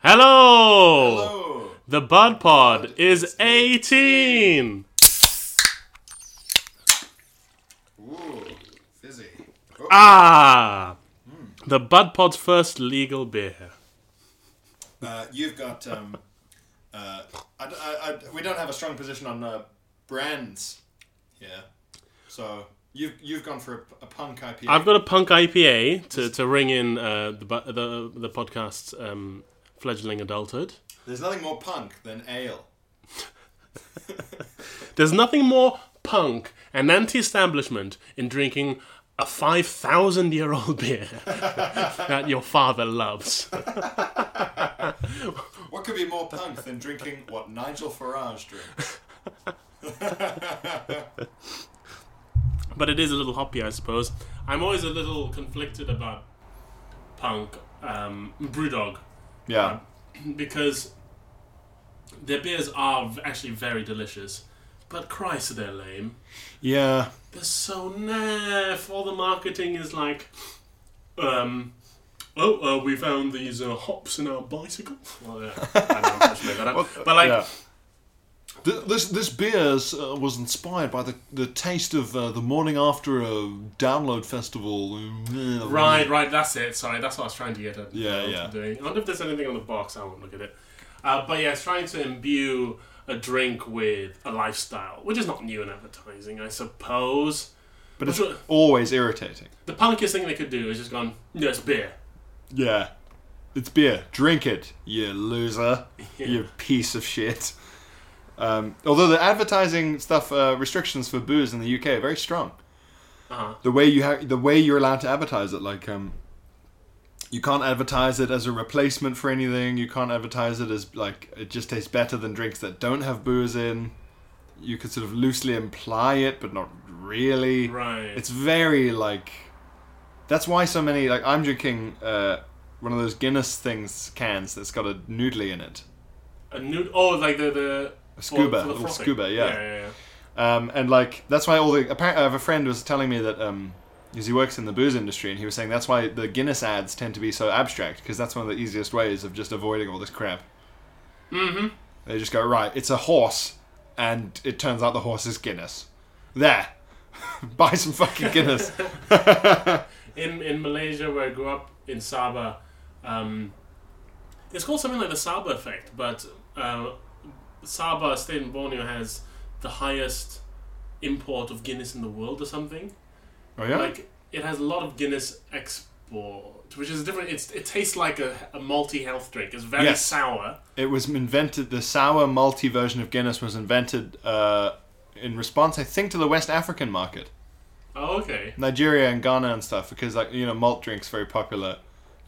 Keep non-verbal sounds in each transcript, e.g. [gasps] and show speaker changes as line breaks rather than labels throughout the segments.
Hello! The Bud Pod is 18!
Fizzy.
Oh. Ah! The Bud Pod's first legal beer.
Uh, you've got. Um, uh, I, d- I- I- we don't have a strong position on uh, brands here, so you've you've gone for a, a punk IPA.
I've got a punk IPA to, to ring in uh, the, bu- the the podcast's um, fledgling adulthood.
There's nothing more punk than ale.
There's nothing more punk and anti-establishment in drinking a 5,000 year old [laughs] beer that your father loves.
What could be more punk than drinking what Nigel Farage drinks?
But it is a little hoppy, I suppose. I'm always a little conflicted about punk, um, Brewdog,
Yeah.
because their beers are v- actually very delicious. But Christ, they're lame.
Yeah.
They're so naff. All the marketing is like, um, oh, uh, we found these uh, hops in our bicycle. Well, yeah, I don't know, I should make that up. But like,
yeah. Th- This this beer uh, was inspired by the the taste of uh, the morning after a download festival.
right, right, that's it. Sorry, that's what I was trying to get at.
Yeah,
uh,
yeah.
Doing. I wonder if there's anything on the box. I won't look at it. Uh, but yeah, it's trying to imbue a drink with a lifestyle, which is not new in advertising, I suppose.
but it's
Which-
always irritating.
The punkiest thing they could do is just gone, no, it's beer.
Yeah, it's beer. Drink it, you loser. You piece of shit. Um, although the advertising stuff uh, restrictions for booze in the UK are very strong.
Uh-huh.
The way you ha- the way you're allowed to advertise it, like um, you can't advertise it as a replacement for anything. You can't advertise it as like it just tastes better than drinks that don't have booze in. You could sort of loosely imply it, but not really.
Right.
It's very like that's why so many like I'm drinking uh, one of those Guinness things cans that's got a noodly in it,
A nude, oh, like the the for
scuba,
the
little
frothing.
scuba, yeah.
yeah, yeah.
um, and like that's why all the. Apparently, I have a friend who was telling me that um, because he works in the booze industry, and he was saying that's why the Guinness ads tend to be so abstract because that's one of the easiest ways of just avoiding all this crap. Mm-hmm. They just go right. It's a horse, and it turns out the horse is Guinness. There, [laughs] buy some fucking Guinness.
in in Malaysia where I grew up in Sabah, um, it's called something like the Sabah effect. But uh, Sabah state in Borneo has the highest import of Guinness in the world, or something.
oh yeah.
Like it has a lot of Guinness export, which is different. It's it tastes like a, a malty health drink. It's very
Yes.
sour.
It was invented. The sour multi version of Guinness was invented uh, in response, I think, to the West African market,
Oh, okay.
Nigeria and Ghana and stuff, because like you know, malt drinks very popular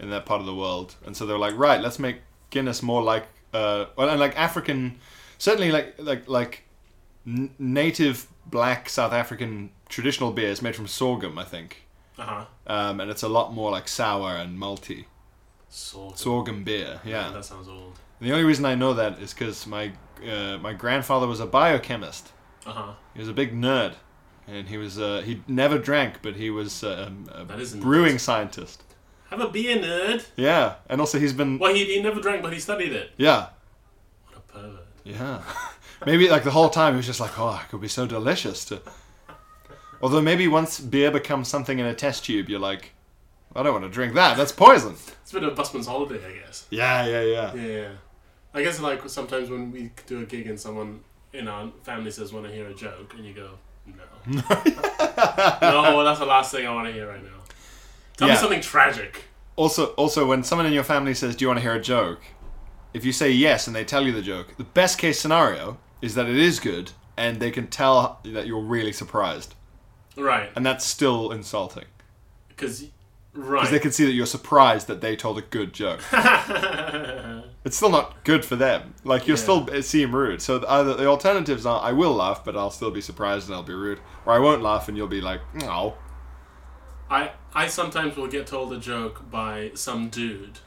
in that part of the world, and so they were like, right, let's make Guinness more like, uh, well, and like African, certainly like like like n- native black South African traditional beers made from sorghum, I think,
Uh huh.
um, and it's a lot more like sour and malty
Sort of.
sorghum beer. Yeah.
That sounds old.
And the only reason I know that is because my uh, my grandfather was a biochemist.
Uh huh.
He was a big nerd, and he was uh, he never drank, but he was uh, um, a
That is a nerd.
brewing scientist.
Have a beer, nerd.
Yeah, and also he's been
Well, he, he never drank, but he studied it.
yeah
What a pervert.
yeah. [laughs] maybe like the whole time he was just like, oh, it could be so delicious to. Although maybe once beer becomes something in a test tube, you're like, I don't want to drink that. That's poison.
It's a bit of a busman's holiday, I guess.
Yeah, yeah, yeah.
Yeah. I guess like sometimes when we do a gig and someone in our family says, "Want to hear a joke?" and you go,
[laughs]
"No, no, that's the last thing I want to hear right now. Tell me
Yeah.
something tragic."
Also, also, when someone in your family says, "Do you want to hear a joke?" If you say yes and they tell you the joke, the best case scenario is that it is good, and they can tell that you're really surprised,
Right?
and that's still insulting.
Because Right.
Because they can see that you're surprised that they told a good
[laughs]
joke. it's still not good for them. Like you're still it seem rude. So the- either the alternatives are I will laugh, but I'll still be surprised and I'll be rude, or I won't laugh and you'll be like, "Oh." no.
I I sometimes will get told a joke by some dude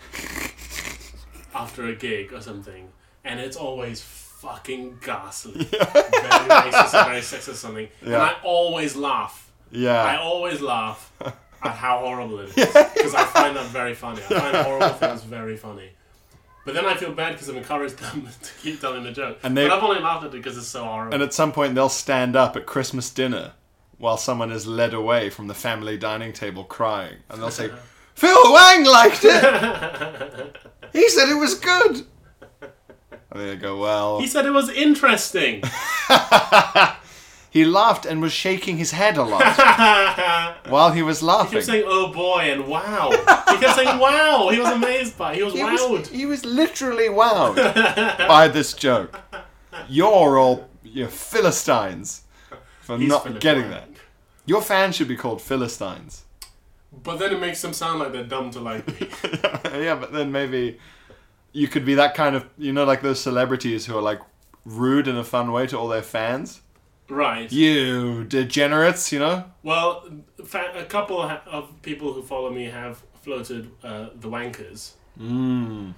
after a gig or something, and it's always fucking
[laughs]
ghastly, very racist, or very sexist, or something. And
Yeah.
I always laugh. I
Yeah.
always laugh at how horrible it is because I find that very funny. I find horrible things very funny. But then I feel bad because I'm encouraged them [laughs] to keep telling the joke.
And they-
but I've only laughed at it because it's so horrible.
And at some point they'll stand up at Christmas dinner while someone is led away from the family dining table crying, and they'll
[laughs]
say, Phil Wang liked it. he said it was good. And they go, well,
he said it was interesting.
He laughed and was shaking his head a lot
[laughs]
while he was
He
laughing.
kept saying "oh boy" and "wow." He kept saying "wow." He was amazed by. It. He was
He
wowed.
was, he was literally
[laughs]
wowed by this joke. You're all you're Philistines for
He's
not
Philip
getting that.
Brand.
Your fans should be called Philistines. [laughs]
But then it makes them sound like they're dumb to like me.
yeah, but then maybe you could be that kind of you know like those celebrities who are like rude in a fun way to all their fans.
right.
You degenerates, you know?
Well, fa- a couple ha- of people who follow me have floated uh, the wankers. Mm.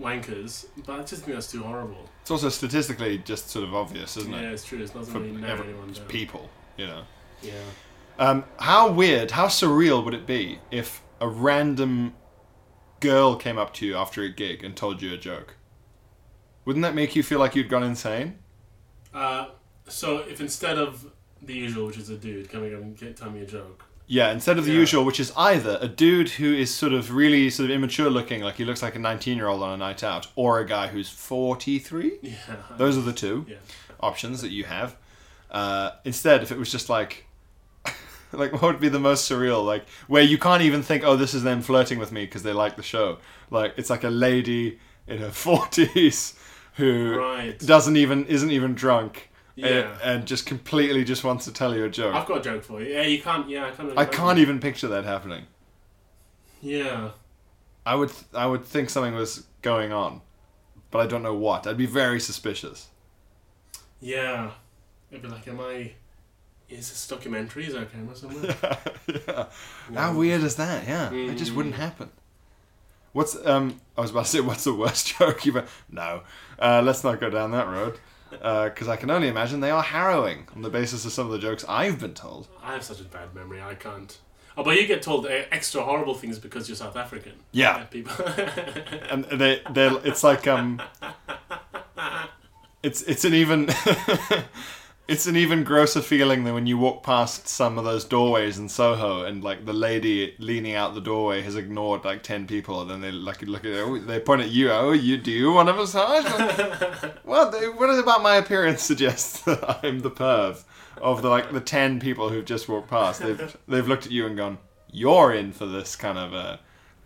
Wankers, but I just think that's too horrible.
It's also statistically just sort of obvious, isn't
Yeah,
it?
it's true. It doesn't
For
really narrow
every-
anyone down.
people, you know.
yeah.
Um, how weird, how surreal would it be if a random girl came up to you after a gig and told you a joke? Wouldn't that make you feel like you'd gone insane?
Uh, so if instead of the usual, which is a dude coming up and get, tell me a joke,
Yeah, instead of the
Yeah.
usual, which is either a dude who is sort of really sort of immature looking, like he looks like a 19 year old on a night out, or a guy who's 43.
[laughs]
Yeah. Those are the two
Yeah.
options that you have. Uh, instead, if it was just like, [laughs] like what would be the most surreal? Like where you can't even think, oh, this is them flirting with me because they like the show. Like it's like a lady in her [laughs] 40s who
Right.
doesn't even isn't even drunk. And,
Yeah.
and just completely just wants to tell you a joke.
I've got a joke for you. Yeah, you can't. Yeah, I can't. Really
I
imagine.
can't e- even picture that happening.
Yeah.
I would I would think something was going on, but I don't know what. I'd be very suspicious. [laughs]
Yeah. It'd be like, am I. Is this documentary? Is there a camera
[laughs]
somewhere?
How weird is that? Yeah, it just wouldn't happen. What's um? I was about to say what's the worst [laughs] joke you've ever? No, uh, let's not go down that road, because I can only imagine they are harrowing on the basis of some of the jokes I've been told.
I have such a bad memory, I can't. Oh, but you get told uh, extra horrible things because you're South African. [laughs]
Yeah.
Uh, People.
and they they it's like um it's it's an even [laughs] it's an even grosser feeling than when you walk past some of those doorways in Soho and like the lady leaning out the doorway has ignored like 10 people and then they like look at oh, they point at you oh you do you want a massage well they, what is about my appearance suggests [laughs] that I'm the perv of the like the 10 people who've just walked past they've they've looked at you and gone you're in for this kind of uh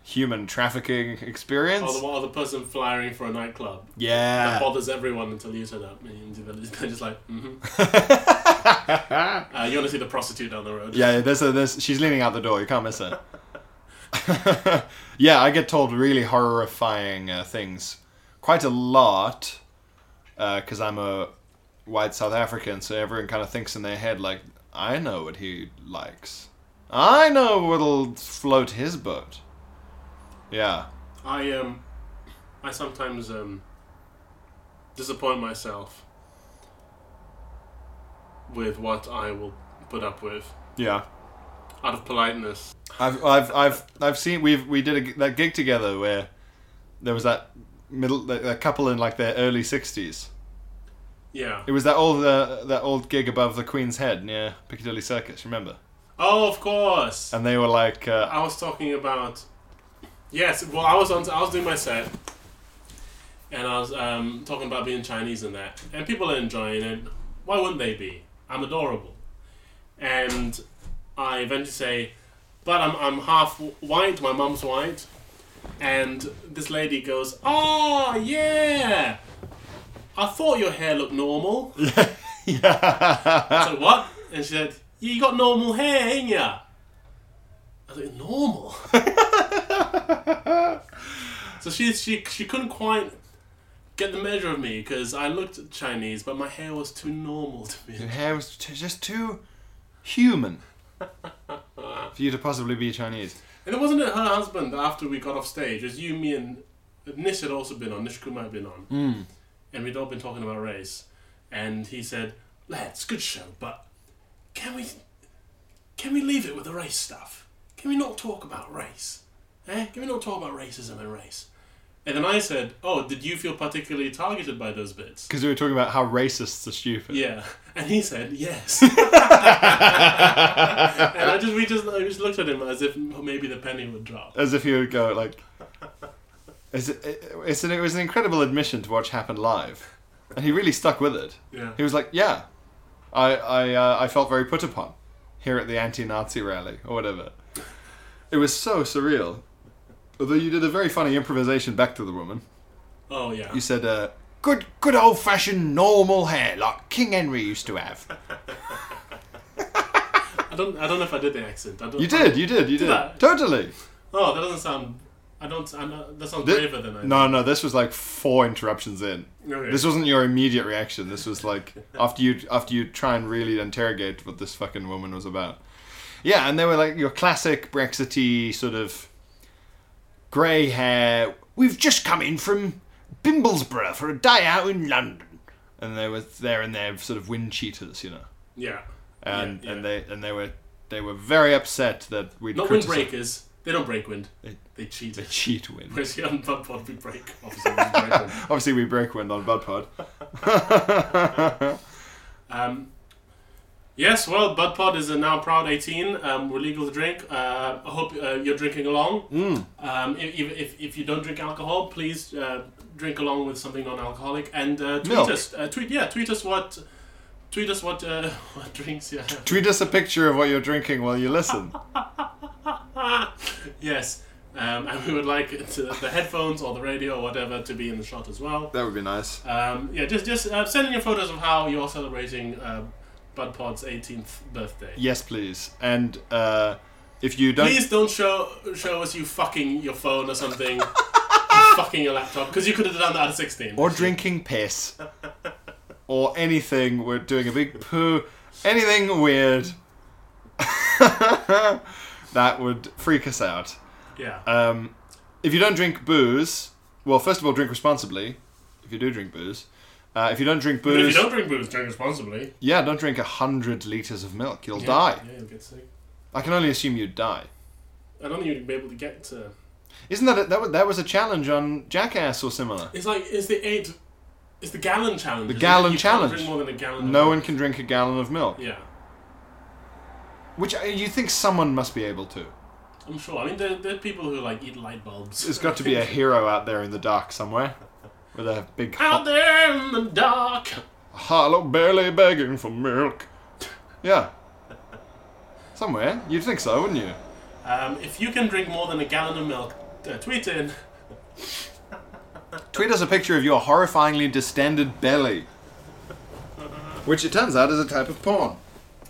human trafficking experience
or, Oh, the, or the person flying for a nightclub.
yeah.
That bothers everyone until you say that. And They're just like,
[laughs]
mm-hmm. uh, you want to see the prostitute down the road?
Yeah, there's a there's she's leaning out the door. You can't miss her. [laughs] yeah, I get told really horrifying uh, things quite a lot because I'm a white South African, so everyone kind of thinks in their head like, I know what he likes. I know what'll float his boat. Yeah.
I um, I sometimes um, disappoint myself with what I will put up with
Yeah.
out of politeness.
I've, I've, I've, I've seen we've we did a, gi- that gig together where there was that middle that, that couple in like their early sixties.
Yeah.
It was that old uh, that old gig above the Queen's Head near Piccadilly Circus. Remember?
Oh, of course.
And they were like, uh,
I was talking about. Yes. Well, I was on. I was doing my set, and I was um, talking about being Chinese and that, and people are enjoying it. Why wouldn't they be? I'm adorable, and I eventually say, "But I'm I'm half white. My mum's white," and this lady goes, "Oh yeah." I thought your hair looked normal. I was like, what? And she said, You got normal hair, ain't ya? I was like, normal. so she, she she couldn't quite get the measure of me because I looked Chinese, but my hair was too normal to be.
Your hair was t- just too human for you to possibly be Chinese.
And it wasn't it her husband after we got off stage. It was you, me, and Nish had also been on. Nish Kumar had been on. And we'd all been talking about race. And he said, lads, good show, but can we can we leave it with the race stuff? Can we not talk about race? Eh? Can we not talk about racism and race? And then I said, oh, did you feel particularly targeted by those bits?
Because we were talking about how racists are stupid.
Yeah, and he said yes. [laughs] and I just we just I just looked at him as if maybe the penny would drop.
As if you would go like, it's, it's an, it was an incredible admission to watch happen live, and he really stuck with it.
Yeah.
He was like, yeah, I I uh, I felt very put upon here at the anti-Nazi rally or whatever. It was so surreal. Although you did a very funny improvisation back to the woman.
Oh yeah.
You said, uh, "Good, good old-fashioned normal hair, like King Henry used to have."
I don't I don't know if I did the accent. I don't,
You did, you did, you did.
I?
Totally.
Oh, that doesn't sound. I don't. I know, that sounds
Thi-
braver than I.
no, no, this was like four interruptions in.
Okay.
This wasn't your immediate reaction. This
[laughs]
was like after you after you try and really interrogate what this fucking woman was about. Yeah, and they were like your classic Brexity sort of grey hair. We've just come in from Bimblesborough for a day out in London, and they were there in their sort of wind cheaters, you know,
Yeah.
and
Yeah,
and
yeah.
they and they were they were very upset that we
not wind breakers. They don't break wind.
They-
They, cheat. [laughs]
the [laughs] cheat win.
Whereas here on Bud Pod we break. Obviously, we break
[laughs]
wind.
Obviously, we break wind on Budpod.
Um, yes, well, Bud Pod is a now proud 18. Um, we're legal to drink. Uh, I hope uh, you're drinking along.
Mm.
Um, if, if, if- if you don't drink alcohol, please uh, drink along with something non-alcoholic and uh, tweet
Milk.
us. Uh, tweet yeah, tweet us what tweet us what uh, [laughs] what drinks you have.
Tweet us a picture of what you're drinking while you
[laughs]
listen.
Yes. Um, and we would like it to, the headphones or the radio or whatever to be in the shot as well.
That would be nice.
Um, yeah, just just uh, send in your photos of how you're celebrating uh, Bud Pod's 18th birthday.
Yes, please. And uh, if you don't,
Please don't show show us you fucking your phone or
[laughs]
something, You fucking your laptop, because you could have done that at sixteen.
or drinking piss, or anything, we're doing a big poo, anything weird, [laughs] that would freak us out.
yeah,
Um, if you don't drink booze, well, first of all, drink responsibly. If you do drink booze, uh, if you don't drink
but if
booze,
you don't drink booze, drink responsibly.
yeah, don't drink a hundred liters of milk. You'll
Yeah,
die.
Yeah, you'll get sick.
I can only assume you'd die.
I don't think you'd be able to get to.
Isn't that a, that, wa- that was a challenge on Jackass or similar?
It's like it's the eight, it's the gallon challenge.
The
isn't it?
gallon
you
challenge.
Can't drink more than a gallon.
No
of-
one can drink a gallon of milk,
Yeah,
which uh, you think someone must be able to.
I'm sure. I mean, there, there are people who like eat light bulbs.
There's got to be a hero out there in the dark somewhere with a big
out
ho-
there in the dark.
hollow belly begging for milk. Yeah, somewhere you'd think so, wouldn't you?
Um, if you can drink more than a gallon of milk, uh, tweet in.
Tweet us a picture of your horrifyingly distended belly, which it turns out is a type of porn.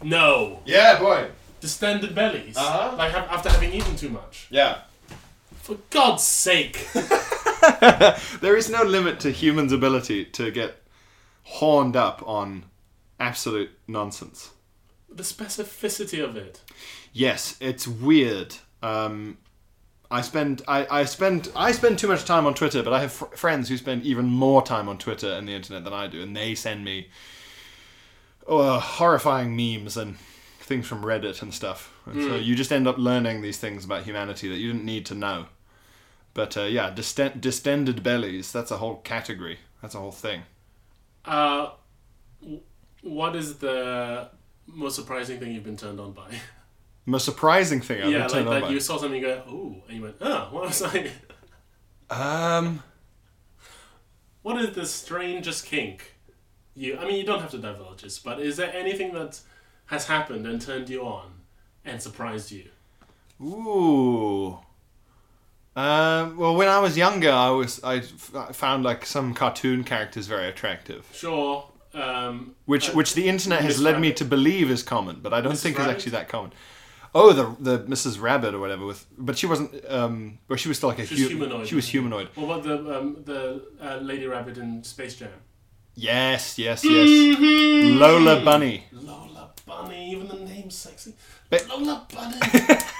No.
Yeah, boy.
distended bellies.
Uh-huh.
Like ha- after having eaten too much.
Yeah.
For God's sake. [laughs]
There is no limit to humans' ability to get horned up on absolute nonsense.
the specificity of it.
Yes, it's weird. Um, I spend I, I spend I spend too much time on Twitter, but I have fr- friends who spend even more time on Twitter and the internet than I do, and they send me uh, horrifying memes and things from Reddit and stuff. And So
Hmm.
you just end up learning these things about humanity that you didn't need to know. But uh, yeah, disten- distended bellies—that's a whole category. That's a whole thing.
Uh, w- what is the most surprising thing you've been turned on by?
A surprising thing I've
yeah,
been turned
like
on
that
by.
you saw something you go, ooh, and you went, oh, what was I?
Um,
What is the strangest kink? You, I mean, you don't have to divulge this, but is there anything that has happened and turned you on and surprised you?
Ooh. Um, well, when I was younger, I was I f- found like some cartoon characters very attractive,
Sure. Um,
which which the internet has
Uh, Miss
led me
Rabbit.
to believe is common, but I don't
Miss
think is
Rabbit?
actually that common. Oh, the the Mrs. Rabbit or whatever with, but she wasn't. Um, well, she was still like a
She was humanoid.
She was humanoid.
What about the um, the uh, Lady Rabbit in Space Jam?
Yes, yes, yes.
Mm-hmm.
Lola Bunny.
Lola Bunny, even the name's sexy.
But-
Lola Bunny.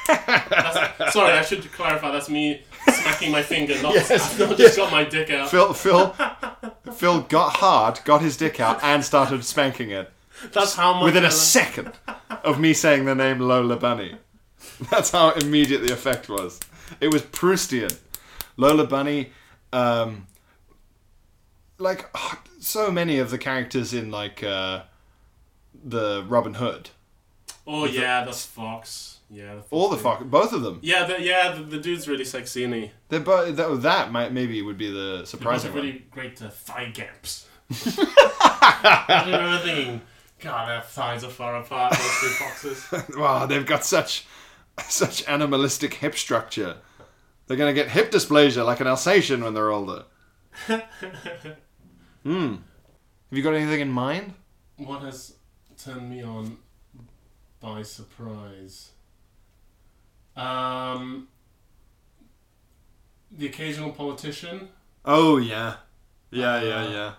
That's- sorry, I should clarify. That's me smacking my finger.
[laughs]
Not, I've not just got my dick out.
Phil Phil Phil got hard, got his dick out, and started spanking it
That's how much.
within
I
a
like-
second of me saying the name Lola Bunny. [laughs] That's how immediate the effect was. It was Proustian. Lola Bunny, um, like so many of the characters in like uh, the Robin Hood,
Oh yeah, that's Fox. Yeah. the Fox
all the
dude.
fuck, both of them.
Yeah, the, yeah, the, the dude's really sexy, and he
They're both that, that might maybe would be the
has a
surprising one.
really great uh, thigh gaps. [laughs] I remember thinking, God, their thighs are far apart. Those two
[laughs]
foxes.
Wow, they've got such [laughs] such animalistic hip structure. They're gonna get hip dysplasia like an Alsatian when they're [laughs] older. Hmm. Have you got anything in mind?
What has turned me on by surprise? Um, the occasional politician.
Oh yeah. Yeah, yeah, yeah.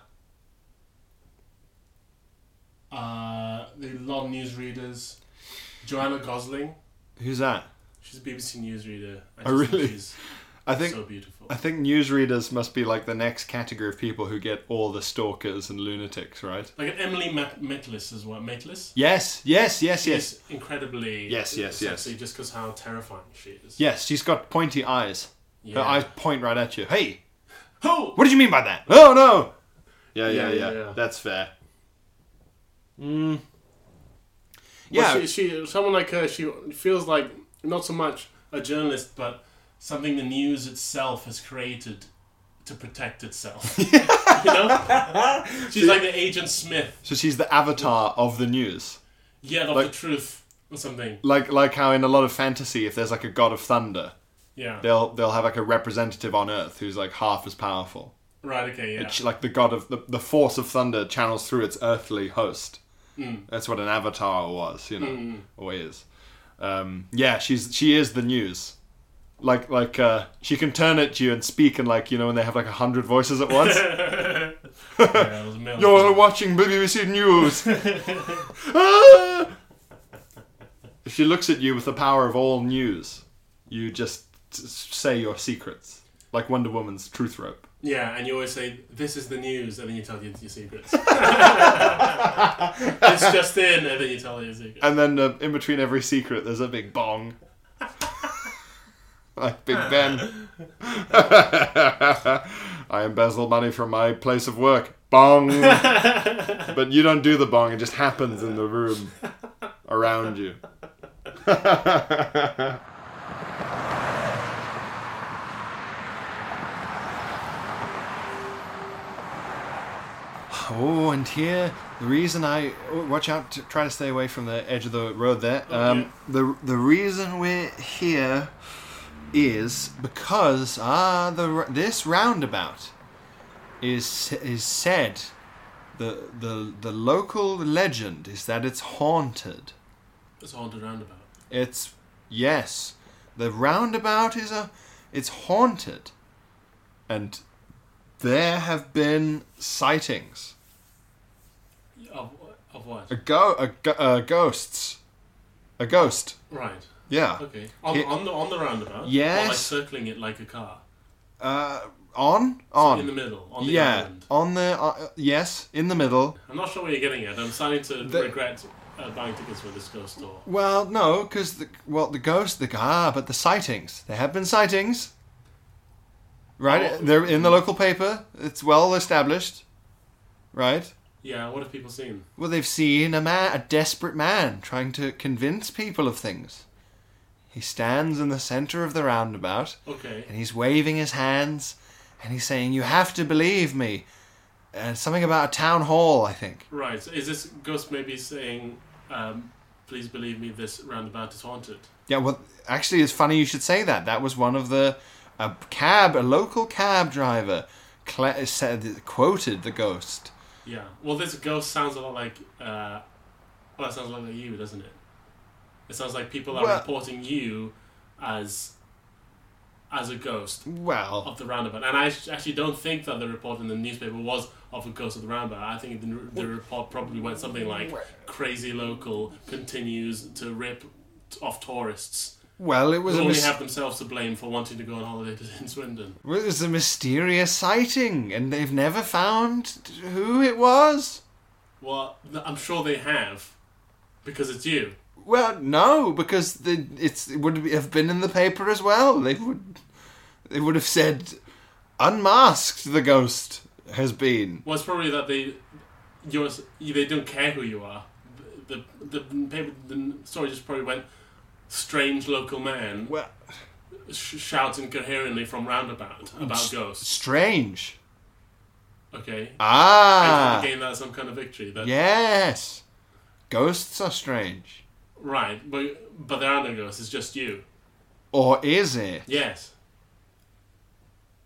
Uh, the lot of newsreaders. Joanna Gosling.
Who's that?
She's a BBC newsreader. I
Oh,
just think
really?
She's
I think
so beautiful.
I think newsreaders must be like the next category of people who get all the stalkers and lunatics, right?
Like an Emily Met- Metlis as well. Metlis?
Yes, yes, yes, yes.
She's incredibly
Yes, yes,
sexy
yes.
just because how terrifying she is.
Yes, she's got pointy eyes.
Yeah.
Her eyes point right at you. Hey,
Oh!
What did you mean by that? Oh no. Yeah,
yeah, Yeah, yeah. yeah, yeah.
That's fair.
Yeah.
Yeah.
She, she, someone like her, she feels like not so much a journalist, but something the news itself has created to protect
[laughs]
itself. you know? She's like the Agent Smith,
so she's the avatar of the news.
yet of
Like-
the truth or something.
Like like how in a lot of fantasy if there's like a god of thunder,
Yeah.
they'll they'll have like a representative on earth who's like half as powerful.
Right, okay, yeah.
It's like the god of the, the force of thunder channels through its earthly host.
Mm.
That's what an avatar was, you know, or is. Um, yeah, she's she is the news. Like like uh, she can turn at you and speak and like you know when they have like a hundred voices at once.
[laughs] yeah it was a male-
You're watching
[laughs]
BBC News. [laughs] Ah! if she looks at you with the power of all news, you just s- say your secrets, like Wonder Woman's truth rope.
Yeah, and you always say, "This is the news," and then you tell your, your secrets. it's just in, and then you tell your secrets.
And then uh, in between every secret, there's a big bong. like Big Ben. [laughs] I embezzle money from my place of work. Bong. but you don't do the bong, it just happens in the room around you. Oh, and here the reason I oh, watch out, to try to stay away from the edge of the road there. Um, the the reason we're here is because ah the r- this roundabout is is said the the the local legend is that it's haunted.
It's a haunted roundabout.
It's yes, the roundabout is a it's haunted, and there have been sightings.
Of, of what?
A go a, go- uh, ghosts. A ghost.
Right.
Yeah.
Okay. On,
It-
on the on the roundabout. Or like
Yes.
circling it like a car
Uh, on on.
in the middle on the
yeah.
island.
On the uh, yes, in the middle.
I'm not sure where you're getting at. I'm starting to regret uh, buying tickets for this ghost tour.
Well, no, because the well the ghost the ah but the sightings there have been sightings. Right,
Oh.
they're in the local paper. It's well established. Right.
Yeah. What have people seen?
Well, they've seen a man, a desperate man, trying to convince people of things. He stands in the center of the roundabout,
Okay.
and he's waving his hands and he's saying, You have to believe me. Uh, something about a town hall, I think.
Right. So is this ghost maybe saying, um, "Please believe me, this roundabout is haunted"?
Yeah, well, actually, it's funny you should say that. That was one of the. A cab, a local cab driver, cla said, quoted the ghost.
Yeah. Well, this ghost sounds a lot like. Uh, well, it sounds a lot like you, doesn't it? It sounds like people are
Well-
reporting you as as a ghost
Well,
of the roundabout. And I act- actually don't think that the report in the newspaper was of a ghost of the roundabout. I think the, the report probably went something like crazy local continues to rip t- off tourists
well, it was
who
a
only
mis-
have themselves to blame for wanting to go on holiday [laughs] to Swindon.
well, it was a mysterious sighting, and they've never found who it was.
Well, th- I'm sure they have because it's you.
Well, no, because the, it's, it would have been in the paper as well. They would, they would have said, "Unmasked the ghost has been."
Well, it's probably that they you're, s- you- they don't care who you are. The the, the paper the story just probably went strange local man
Well,
sh- shouts incoherently from roundabout about ghosts.
strange.
Okay.
Ah,
Gain that some kind of victory. That,
yes, ghosts are strange,
Right, but but there are no ghosts. It's just you.
or is it?
Yes.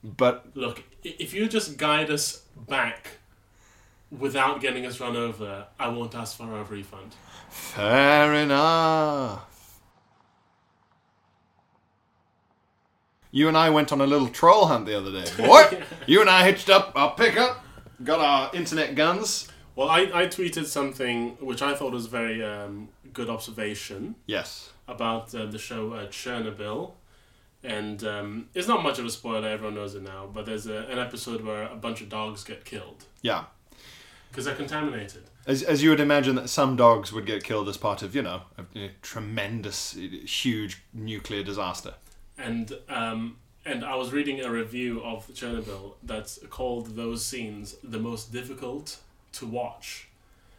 But
Look, i- if you just guide us back without getting us run over, I won't ask for our refund.
Fair enough. You and I went on a little troll hunt the other day. What? you and I hitched up our pickup, got our internet guns.
Well, I, I tweeted something which I thought was a very um, good observation
Yes.
about uh, the show uh, Chernobyl. And um, it's not much of a spoiler, everyone knows it now, but there's a, an episode where a bunch of dogs get killed
Yeah.
because they're contaminated.
As, as you would imagine that some dogs would get killed as part of, you know, a, a tremendous, huge nuclear disaster.
and um, and I was reading a review of Chernobyl that's called those scenes the most difficult to watch.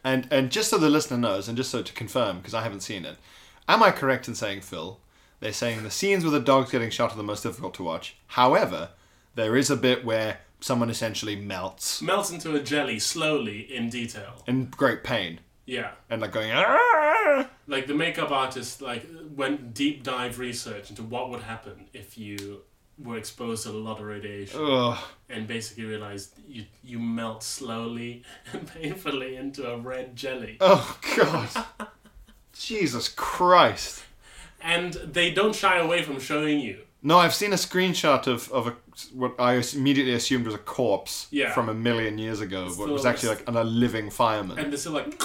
And and just so the listener knows, and just so to confirm, because I haven't seen it, am I correct in saying, Phil? They're saying the scenes with the dogs getting shot are the most difficult to watch. However, there is a bit where someone essentially melts
Melts into a jelly slowly in detail.
in great pain
Yeah,
and like going. "Ah!" "Argh!"
like the makeup artist like went deep dive research into what would happen if you were exposed to a lot of radiation,
Ugh.
and basically realized you you melt slowly [laughs] and painfully into a red jelly.
Oh God. [laughs] Jesus Christ.
And they don't shy away from showing you.
No, I've seen a screenshot of, of a, what I immediately assumed was a corpse
Yeah.
from a million years ago, but it was
Still-
actually like an, a living fireman.
and they're still like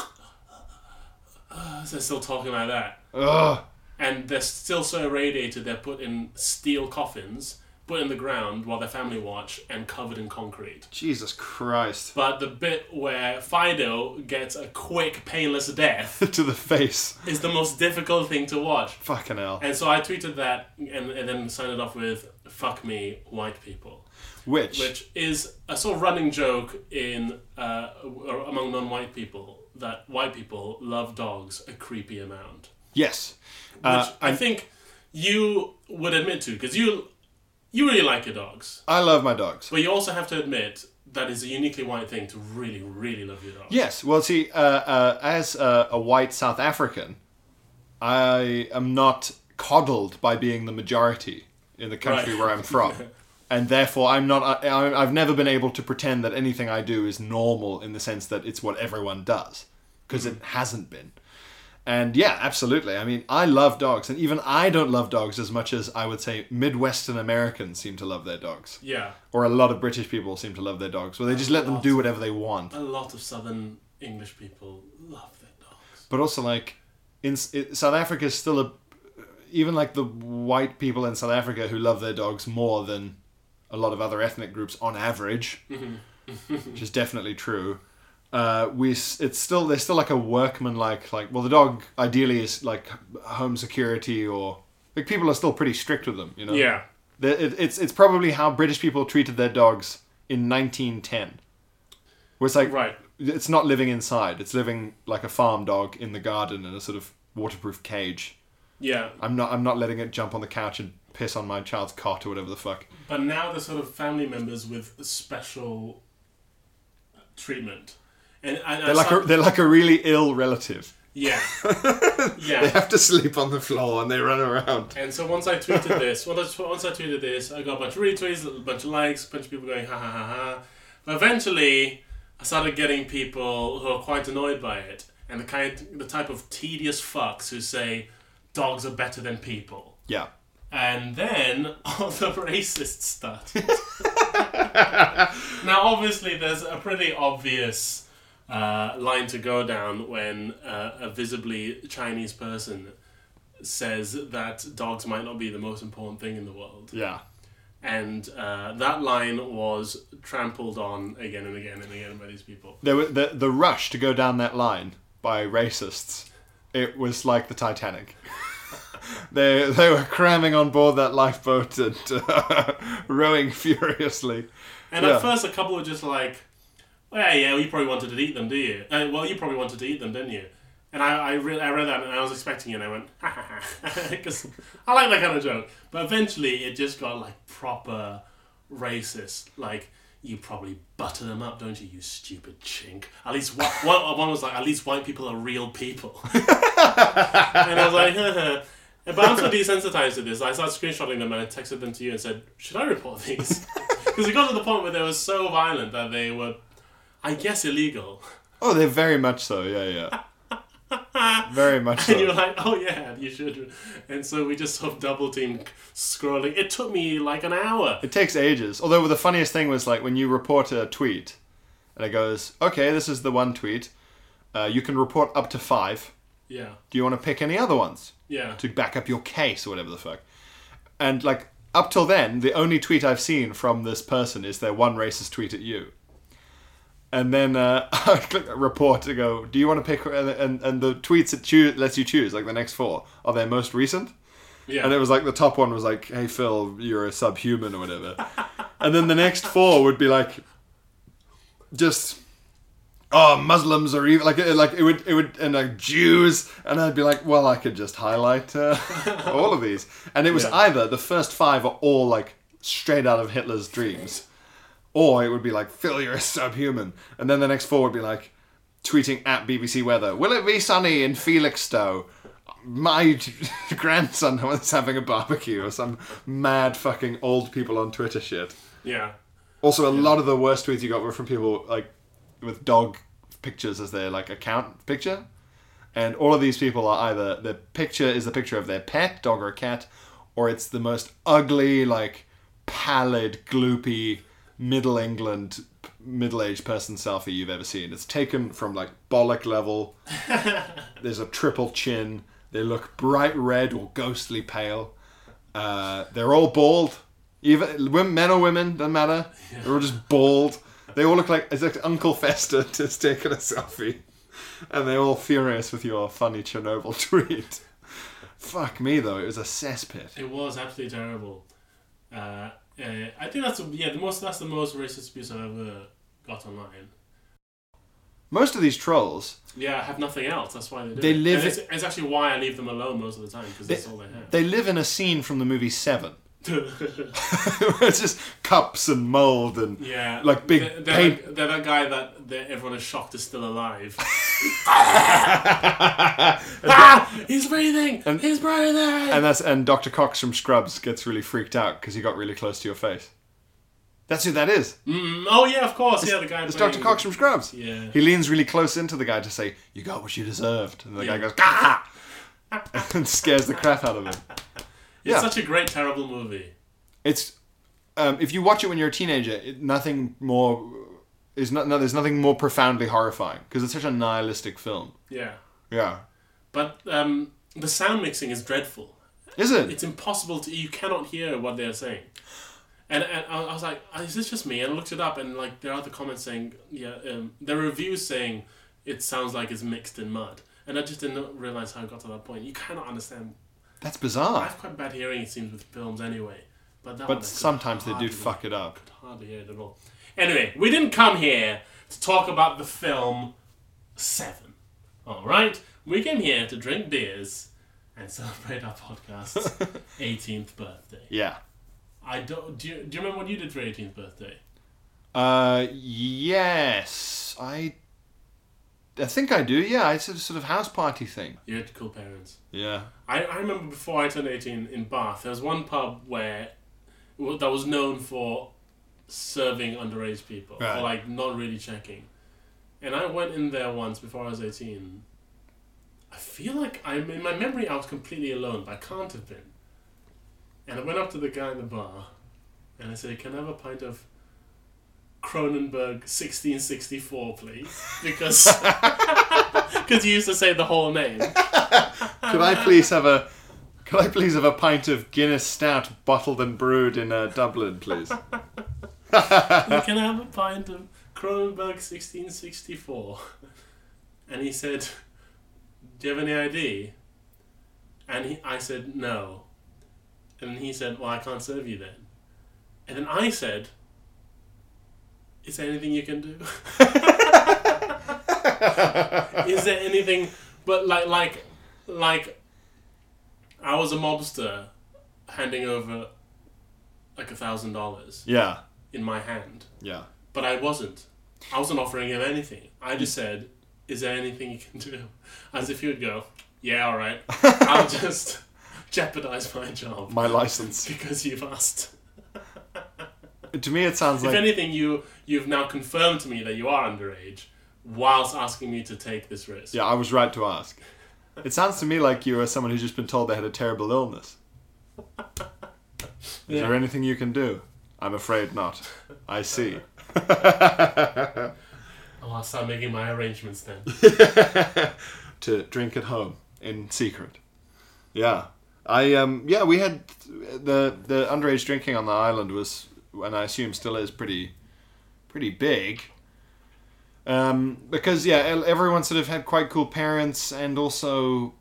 they're still talking like that
Ugh.
and they're still so irradiated they're put in steel coffins put in the ground while their family watch and covered in concrete
Jesus Christ. [laughs]
but the bit where fido gets a quick painless death [laughs]
to the face.
is the most difficult thing to watch
Fucking hell.
and so i tweeted that and, and then signed it off with fuck me white people
Which,
which is a sort of running joke in uh, or among non-white people that white people love dogs a creepy amount
yes,
which
uh,
I
I,
think you would admit to because you you really like your dogs,
I love my dogs.
but you also have to admit that is a uniquely white thing to really, really love your dog.
Yes, well, see, uh, uh, as uh, a white South African, I am not coddled by being the majority in the country
Right. [laughs]
where I'm from. And therefore, I'm not. I, I- I've never been able to pretend that anything I do is normal in the sense that it's what everyone does, because it
Mm-hmm.
hasn't been. And yeah, absolutely. I mean, I love dogs, and even I don't love dogs as much as I would say Midwestern Americans seem to love their dogs.
Yeah,
or a lot of British people seem to love their dogs, where they just let them do whatever they want.
a lot of Southern English people love their dogs.
But also, like, in it, South Africa is still a even like the white people in South Africa who love their dogs more than a lot of other ethnic groups on average, which is definitely true. Uh, we s- it's still there's still like a workman like like well the dog ideally is like home security or like people are still pretty strict with them you know
Yeah.
The- it, it's it's probably how British people treated their dogs in 1910. Where it's like
Right.
it's not living inside; it's living like a farm dog in the garden in a sort of waterproof cage.
Yeah,
I'm not I'm not letting it jump on the couch and piss on my child's cot or whatever the fuck.
but now they're sort of family members with special treatment, and, and
They're like a, they're like a really ill relative.
yeah, yeah.
[laughs] They have to sleep on the floor and they run around.
And so once I tweeted this, once I, once I tweeted this, I got a bunch of retweets, a bunch of likes, a bunch of people going ha ha ha ha. But eventually, I started getting people who are quite annoyed by it, and the kind, the type of tedious fucks who say, dogs are better than people.
Yeah.
And then [laughs] all the racists started. now, obviously, there's a pretty obvious uh, line to go down when uh, a visibly Chinese person says that dogs might not be the most important thing in the world.
Yeah.
And uh, that line was trampled on again and again and again by these people.
There were, the, the rush to go down that line by racists, it was like the Titanic. [laughs] they, they were cramming on board that lifeboat and uh, [laughs] rowing furiously.
And
Yeah.
at first, a couple were just like, "Well, yeah, well, you probably wanted to eat them, do you? Uh, well, you probably wanted to eat them, didn't you?" And I, I, re- I read that and I was expecting it, and I went, "Ha ha ha," [laughs] because I like that kind of joke. But eventually, it just got like proper racist. Like, you probably butter them up, don't you? You stupid chink. At least one, one, one was like, "At least white people are real people." [laughs] and I was like, but I'm so desensitized to this. I started screenshotting them and I texted them to you and said, should I report these? Because it got to the point where they were so violent that they were, I guess, illegal. [laughs]
Oh, they're very much so. Yeah,
[laughs]
yeah. very much so.
And you were like, oh yeah, you should. And so we just sort of double teamed scrolling. It took me like an hour.
It takes ages. Although the funniest thing was like when you report a tweet, and it goes, "Okay, this is the one tweet. Uh, you can report up to five.
Yeah,
Do you want to pick any other ones
yeah.
to back up your case or whatever the fuck?" And like up till then, the only tweet I've seen from this person is their one racist tweet at you. And then uh, [laughs] I click report to go. Do you want to pick? And, and, and the tweets it choo- lets you choose, like the next four, are their most recent.
Yeah.
And it was like the top one was like, "Hey Phil, you're a subhuman or whatever," and then the next four would be like, just, "Oh, Muslims are evil." Like, it- like it would, it would, and like Jews, and I'd be like, "Well, I could just highlight uh, all of these," and it was
Yeah.
either the first five are all like straight out of Hitler's dreams, or it would be like, "Phil, you're a [laughs] subhuman," and then the next four would be like, tweeting at BBC Weather, "Will it be sunny in Felixstowe?" my [laughs] grandson was having a barbecue or some mad fucking old people on Twitter shit.
yeah.
Also, a lot of the worst tweets you got were from people like with dog pictures as their like account picture, and all of these people are either the picture is the picture of their pet, dog or cat, or it's the most ugly, like pallid, gloopy, middle England, p- middle-aged person selfie you've ever seen. It's taken from like bollock level. There's a triple chin. They look bright red or ghostly pale. Uh, they're all bald. Even women, men or women, doesn't matter. They're all just bald. They all look like it's like Uncle Fester [laughs] just taking a selfie, and they're all furious with your funny Chernobyl [laughs] tweet. Fuck me though, it was a cesspit.
It was absolutely terrible. Uh, uh, I think that's, yeah, the most, that's the most racist abuse I've ever got online.
Most of these trolls,
Yeah, I have nothing else. That's why they do.
They
it.
live
And it's, it's actually why I leave them alone most of the time because that's all they have.
they live in a scene from the
[laughs]
movie Seven. [laughs] Where it's just cups and mold and
yeah,
like big
They're, they're,
paint.
that- they're that guy that that everyone is shocked is still
[laughs]
alive. [laughs] ah, he's breathing. he's breathing.
And that's and Dr. Cox from Scrubs gets really freaked out because he got really close to your face. That's who that is.
Mm, oh yeah, of course. Yeah, the guy.
It's
playing-
Dr. Cox from Scrubs.
Yeah.
He leans really close into the guy to say, "You got what you deserved," and the guy
Yeah.
goes, "Gah!" [laughs] and scares the crap out of him.
It's
yeah.
such a great, terrible movie.
It's um, if you watch it when you're a teenager, it, nothing more is not. No, there's nothing more profoundly horrifying because it's such a nihilistic film.
Yeah,
Yeah.
but um, the sound mixing is dreadful.
Is it?
it's impossible to you cannot hear what they're saying and, and I I was like "Uh, is this just me and I looked it up and like there are the comments saying yeah um, there are reviews saying it sounds like it's mixed in mud and I just didn't realise how it got to that point you cannot understand
That's
I
bizarre.
have quite bad hearing it seems with films anyway but that one I
But
could
sometimes they do
hardly-
fuck it up.
hardly hear it at all anyway we didn't come here to talk about the film Seven alright we came here to drink beers and [laughs] celebrate our podcast's 18th birthday
Yeah.
I don't. Do you, do you remember what you did for your 18th birthday?
Uh, yes, I. I think I do. Yeah, it's a sort of house party thing.
You had cool parents.
Yeah.
I, I remember before I turned 18 in Bath, there was one pub where well, that was known for serving underage people
Right.
or like not really checking. And I went in there once before I was 18. I feel like I'm in my memory. I was completely alone, but I can't have been. And I went up to the guy in the bar, and I said, "Can I have a pint of Cronenberg 1664, please?" Because [laughs] because you used to say the whole name.
Could I please have a could I please have a pint of Guinness Stout bottled and brewed in uh, Dublin, please?
Can I have a pint of Cronenberg 1664? And he said, Do you have any ID? And he, I said, No. And he said, Well, I can't serve you then. And then I said, Is there anything you can do? [laughs] Is there anything, but like, like, like, I was a mobster handing over like a thousand dollars
Yeah,
in my hand.
yeah.
But I wasn't. I wasn't offering him anything. I just said, "Is there anything you can do?" As if he would go, "Yeah, all right.
[laughs]
I'll just jeopardize my job
My license.
because you've asked."
To me, it sounds
If
like
anything, you you've now confirmed to me that you are underage, whilst asking me to take this risk.
yeah, I was right to ask. It sounds to me like you are someone who's just been told they had a terrible illness. Is there anything you can do? I'm afraid not. I see.
Oh, I'll start making my arrangements then.
[laughs] to drink at home in secret. Yeah, I um yeah we had the the underage drinking on the island was and I assume still is pretty pretty big. Um, because yeah, el- everyone sort of had quite cool parents, and also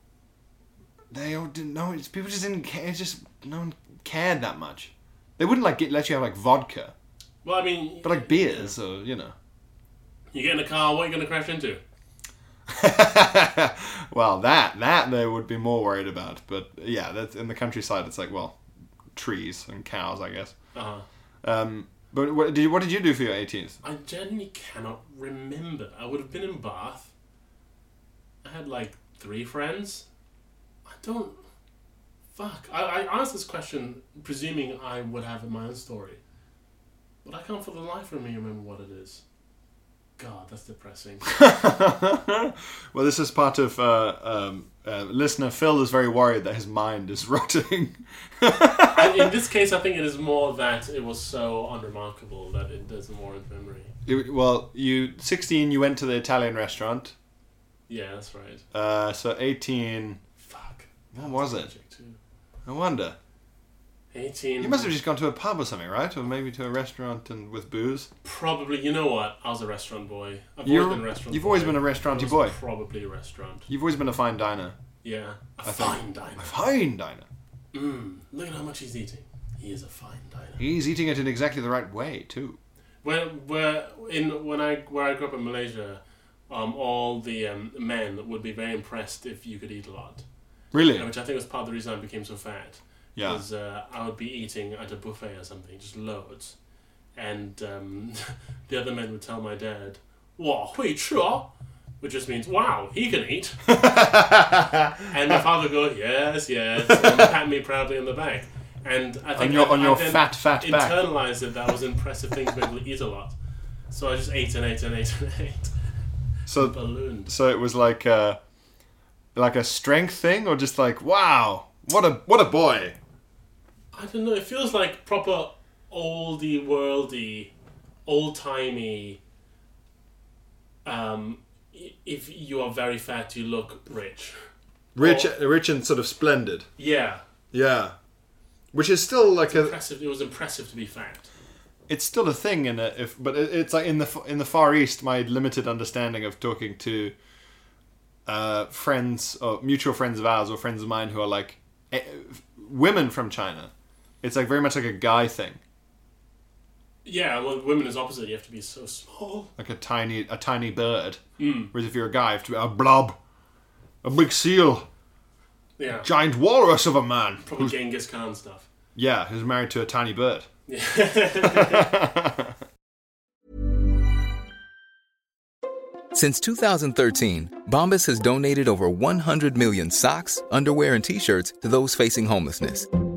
they all didn't know. It's, people just didn't care. It's just no one cared that much. They wouldn't like get, let you have like vodka,
Well, I mean,
but like beers or you know.
you get in a car. What are you going to crash into?
[laughs] well, that that they would be more worried about. But yeah, that's in the countryside. It's like well, trees and cows, I guess.
Uh-huh.
Um, but what did you, what did you do for your 18th?
I genuinely cannot remember. I would have been in Bath. I had like three friends. I don't. Fuck. I, I asked this question presuming I would have my own story. But I can't for the life of me remember what it is. God, that's
[laughs]
depressing.
Well, this is part of uh, um, uh, listener Phil is very worried that his mind is [laughs] rotting.
I, in this case, I think it is more that it was so unremarkable that it doesn't warrant memory.
It- well, you 16, you went to the Italian restaurant.
Yeah, that's right.
Uh, so 18,
Fuck.
what was it?
Magic too.
I wonder.
18.
You must have just gone to a pub or something, right? Or maybe to a restaurant and with booze.
Probably, you know what? I was a restaurant boy. I've
You're-
always been a restaurant.
you've
boy.
always been a restauranty
I was
boy.
Probably a restaurant.
You've always been a fine diner.
Yeah, a
think-
fine diner.
Fine diner.
Mm, look at how much he's eating. He is a fine diner.
He's eating it in exactly the right way too.
Where, where in when I where I grew up in Malaysia, um, all the um, men would be very impressed if you could eat a lot,
Really?
which I think was part of the reason I became so fat.
Yeah.
Because uh, I would be eating at a buffet or something, just loads. And um, [laughs] the other men would tell my dad, Wow, hui chua, which just means, wow, he can
[laughs]
eat. and my father would go, yes, yes, and pat me proudly on the back. And I think
your-
I,
on your
I then
fat, fat back.
internalized that that was impressive thing to be able to eat a lot. So I just ate and ate and ate and [laughs] ate.
So
Ballooned.
so it was like a, like a strength thing, or just like wow, what a what a boy.
I don't know. It feels like proper oldie worldy, old timey. Um, i- if you are very fat, you look rich.
Rich, rich and sort of splendid.
Yeah,
Yeah. Which is still like a.
impressive. It was impressive to be fat.
It's still a thing in it, if but it, it's like in the f- in the Far East. My limited understanding of talking to uh, friends or mutual friends of ours or friends of mine who are like eh, women from China, it's like very much like a guy thing.
Yeah, well, women is opposite. You have to be so small.
like a tiny a tiny bird. Whereas if you're a guy, you have to be a blob, a big seal,
Yeah,
giant walrus of a man.
probably Genghis Khan
[laughs]
stuff. [laughs]
Yeah, who's married to a tiny bird.
Since 2013, Bombas has donated over 100 million socks, underwear, and t shirts to those facing homelessness.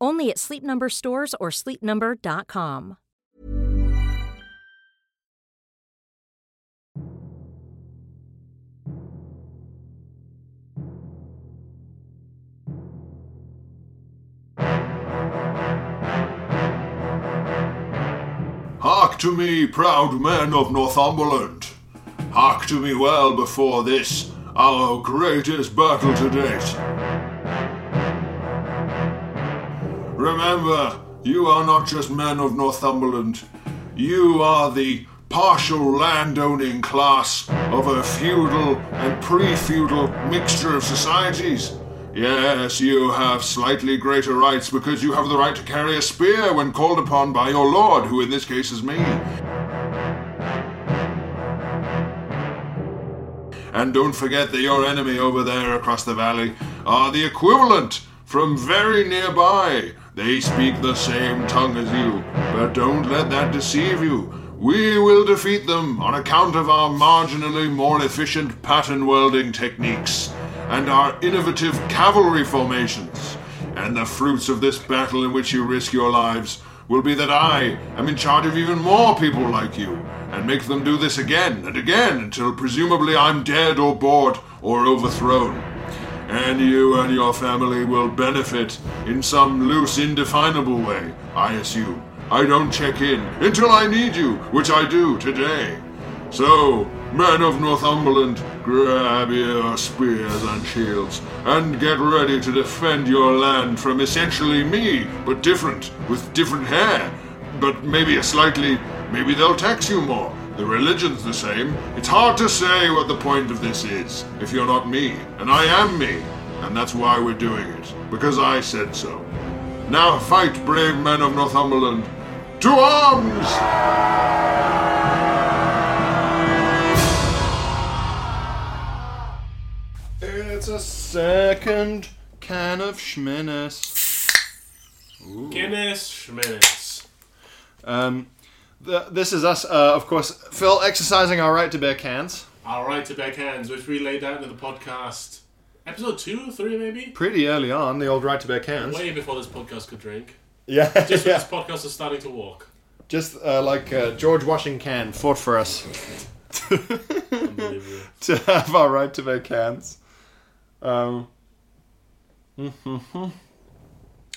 Only at Sleep Number stores or sleepnumber.com.
[laughs] Hark to me, proud men of Northumberland. Hark to me well before this, our greatest battle to date. Remember, you are not just men of Northumberland, you are the partial landowning class of a feudal and pre feudal mixture of societies. Yes, you have slightly greater rights because you have the right to carry a spear when called upon by your lord, who in this case is me. And don't forget that your enemy over there across the valley are the equivalent from very nearby. They speak the same tongue as you, but don't let that deceive you. We will defeat them on account of our marginally more efficient pattern welding techniques and our innovative cavalry formations. And the fruits of this battle in which you risk your lives will be that I am in charge of even more people like you, and make them do this again and again until presumably I'm dead or bored or overthrown. And you and your family will benefit in some loose, indefinable way, I assume. I don't check in until I need you, which I do today. So, men of Northumberland, grab your spears and shields and get ready to defend your land from essentially me, but different, with different hair. But maybe a slightly, maybe they'll tax you more. The religion's the same. It's hard to say what the point of this is if you're not me, and I am me, and that's why we're doing it, because I said so. Now fight, brave men of Northumberland. To arms!
It's a second can of Schminnis.
Guinness Schminis.
Um, th- this is us, uh, of course, Phil exercising our right to bear cans.
Our right to bear cans, which we laid out in the podcast, episode two or three, maybe?
Pretty early on, the old right to bear cans.
Way before this podcast could drink.
Yeah,
Just when
yeah.
this podcast is starting to walk.
Just uh, like uh, George Washington fought for us
Unbelievable.
[laughs] to have our right to bear cans. Um, [laughs]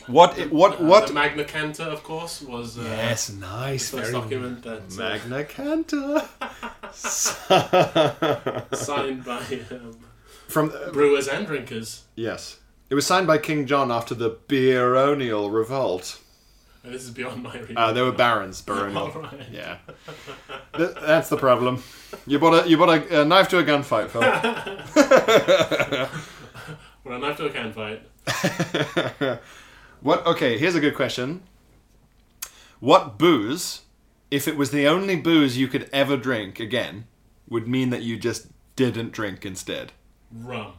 what? i-
Uh,
What?
The
What?
Magna Carta, of course, was uh,
Yes, nice.
the first
Very
document that uh,
Magna Carta.
uh, signed by um,
From uh,
brewers and drinkers.
yes, it was signed by King John after the Baronial Revolt.
And Uh, this is beyond my reach.
Uh, they were barons, baronial.
[laughs] All right.
Yeah, Th- that's the problem. You bought a you bought a, a knife to a gunfight,
[laughs]
Phil.
We're a knife to a can fight.
What? Okay, here's a good question. What booze, if it was the only booze you could ever drink again, would mean that you just didn't drink instead?
Rum.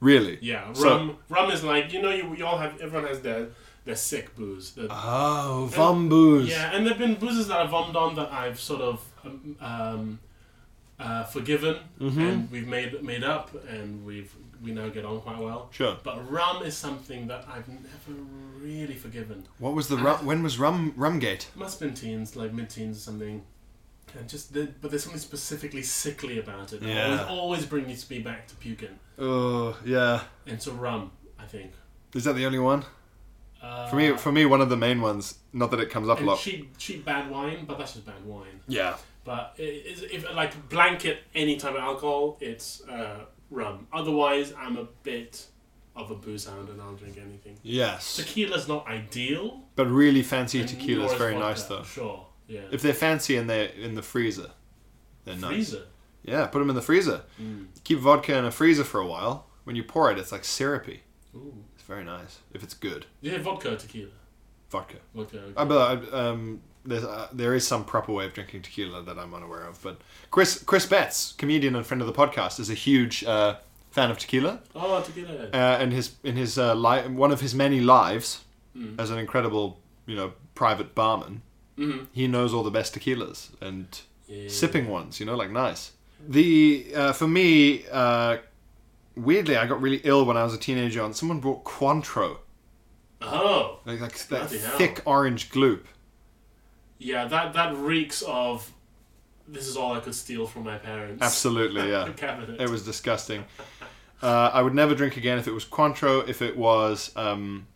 Really?
Yeah, rum.
So-
rum is like you know you, you all have everyone has their their sick booze. The,
oh, vom booze.
Uh, yeah, and there've been boozes that I've vommed on that I've sort of um, um, uh, forgiven,
Mm-hmm.
and we've made made up, and we've we now get on quite well.
Sure.
But rum is something that I've never really forgiven.
What was the rum? When was rum rumgate?
must have been teens, like mid teens or something. And just the, but there's something specifically sickly about it. It always,
Yeah.
always brings me back to puking.
Oh yeah.
And so rum, I think.
Is that the only one? For me, for me, one of the main ones. Not that it comes up a
Uh, And
lot.
cheap, cheap bad wine, but that's just bad wine.
yeah,
But i- is if like blanket any type of alcohol, it's uh, rum. Otherwise, I'm a bit of a booze hound and I'll drink anything.
yes.
Tequila's not ideal.
But really fancy
and
tequila is
nor
very
vodka,
nice though.
Sure. Yeah.
If they're fancy and they're in the freezer, they're nice.
Freezer.
Yeah, put them in the freezer. Keep vodka in a freezer for a while. When you pour it, it's like syrupy.
Ooh.
It's very nice if it's good
Yeah, vodka or tequila.
vodka.
Vodka. okay.
Uh, but uh, um, there's, uh, there is some proper way of drinking tequila that I'm unaware of. But Chris Chris Betts, comedian and friend of the podcast, is a huge uh, fan of tequila.
Oh, tequila.
Uh, and his in his uh, li- one of his many lives
Mm.
as an incredible you know private barman,
Mm-hmm.
he knows all the best tequilas and sipping ones. You know, like nice. The uh, for me, uh, weirdly, I got really ill when I was a teenager. And someone brought Cointreau,
oh.
like, like that
Bloody hell.
thick orange
[laughs]
gloop.
Yeah, that that reeks of. This is all I could steal from my parents.
Absolutely, yeah.
Cabinet.
It was disgusting. Uh, I would never drink again if it was Cointreau, if it was um,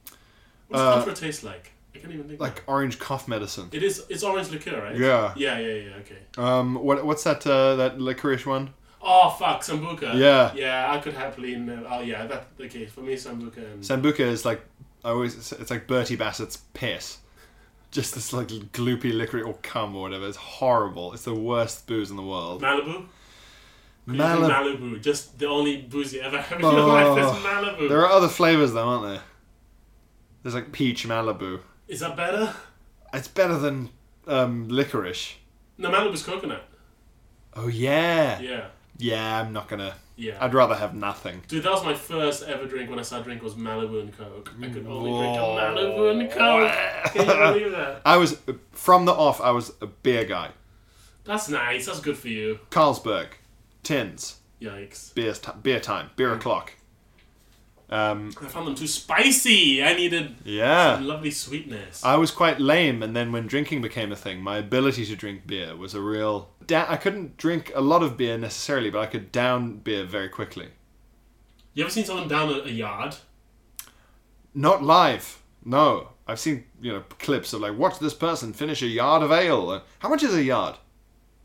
What
uh,
does Contra taste like? I can't even think.
like orange cough medicine.
It is. It's orange liqueur, right?
Yeah.
Yeah, yeah, yeah. Okay.
Um, what, what's that uh, that licorice one?
Oh fuck, sambuca.
Yeah.
Yeah, I could happily. Know. Oh yeah, that okay for me sambuca and
Sambuca is like I always it's- it's like Bertie Bassett's piss. Just this like gloopy licorice or cum or whatever. It's horrible. It's the worst booze in the world.
Malibu. Could you do [laughs]
Malib-
Malibu, just the only booze you ever have in your life is Malibu.
Oh. There are other flavors though, aren't there? There's like peach Malibu.
Is that better?
It's better than um, licorice.
No, Malibu's coconut.
Oh yeah.
Yeah,
Yeah, I'm not gonna.
yeah.
I'd rather have nothing.
Dude, that was my first ever drink when I started drinking was Malibu and Coke. I could only drink a Malibu and Coke. Can you believe that?
I was from the off. I was a beer guy.
That's nice. That's good for you.
Carlsberg, tins,
Yikes.
beer, t- beer time, beer o'clock. Um,
I found them too spicy. I needed
yeah. Uh,
lovely sweetness.
I was quite lame, and then when drinking became a thing, my ability to drink beer was a real. Da- I couldn't drink a lot of beer necessarily, but I could down beer very quickly.
you ever seen someone down a, a yard?
Not live, no. I've seen you know clips of like, watch this person finish a yard of ale. Uh, How much is a yard?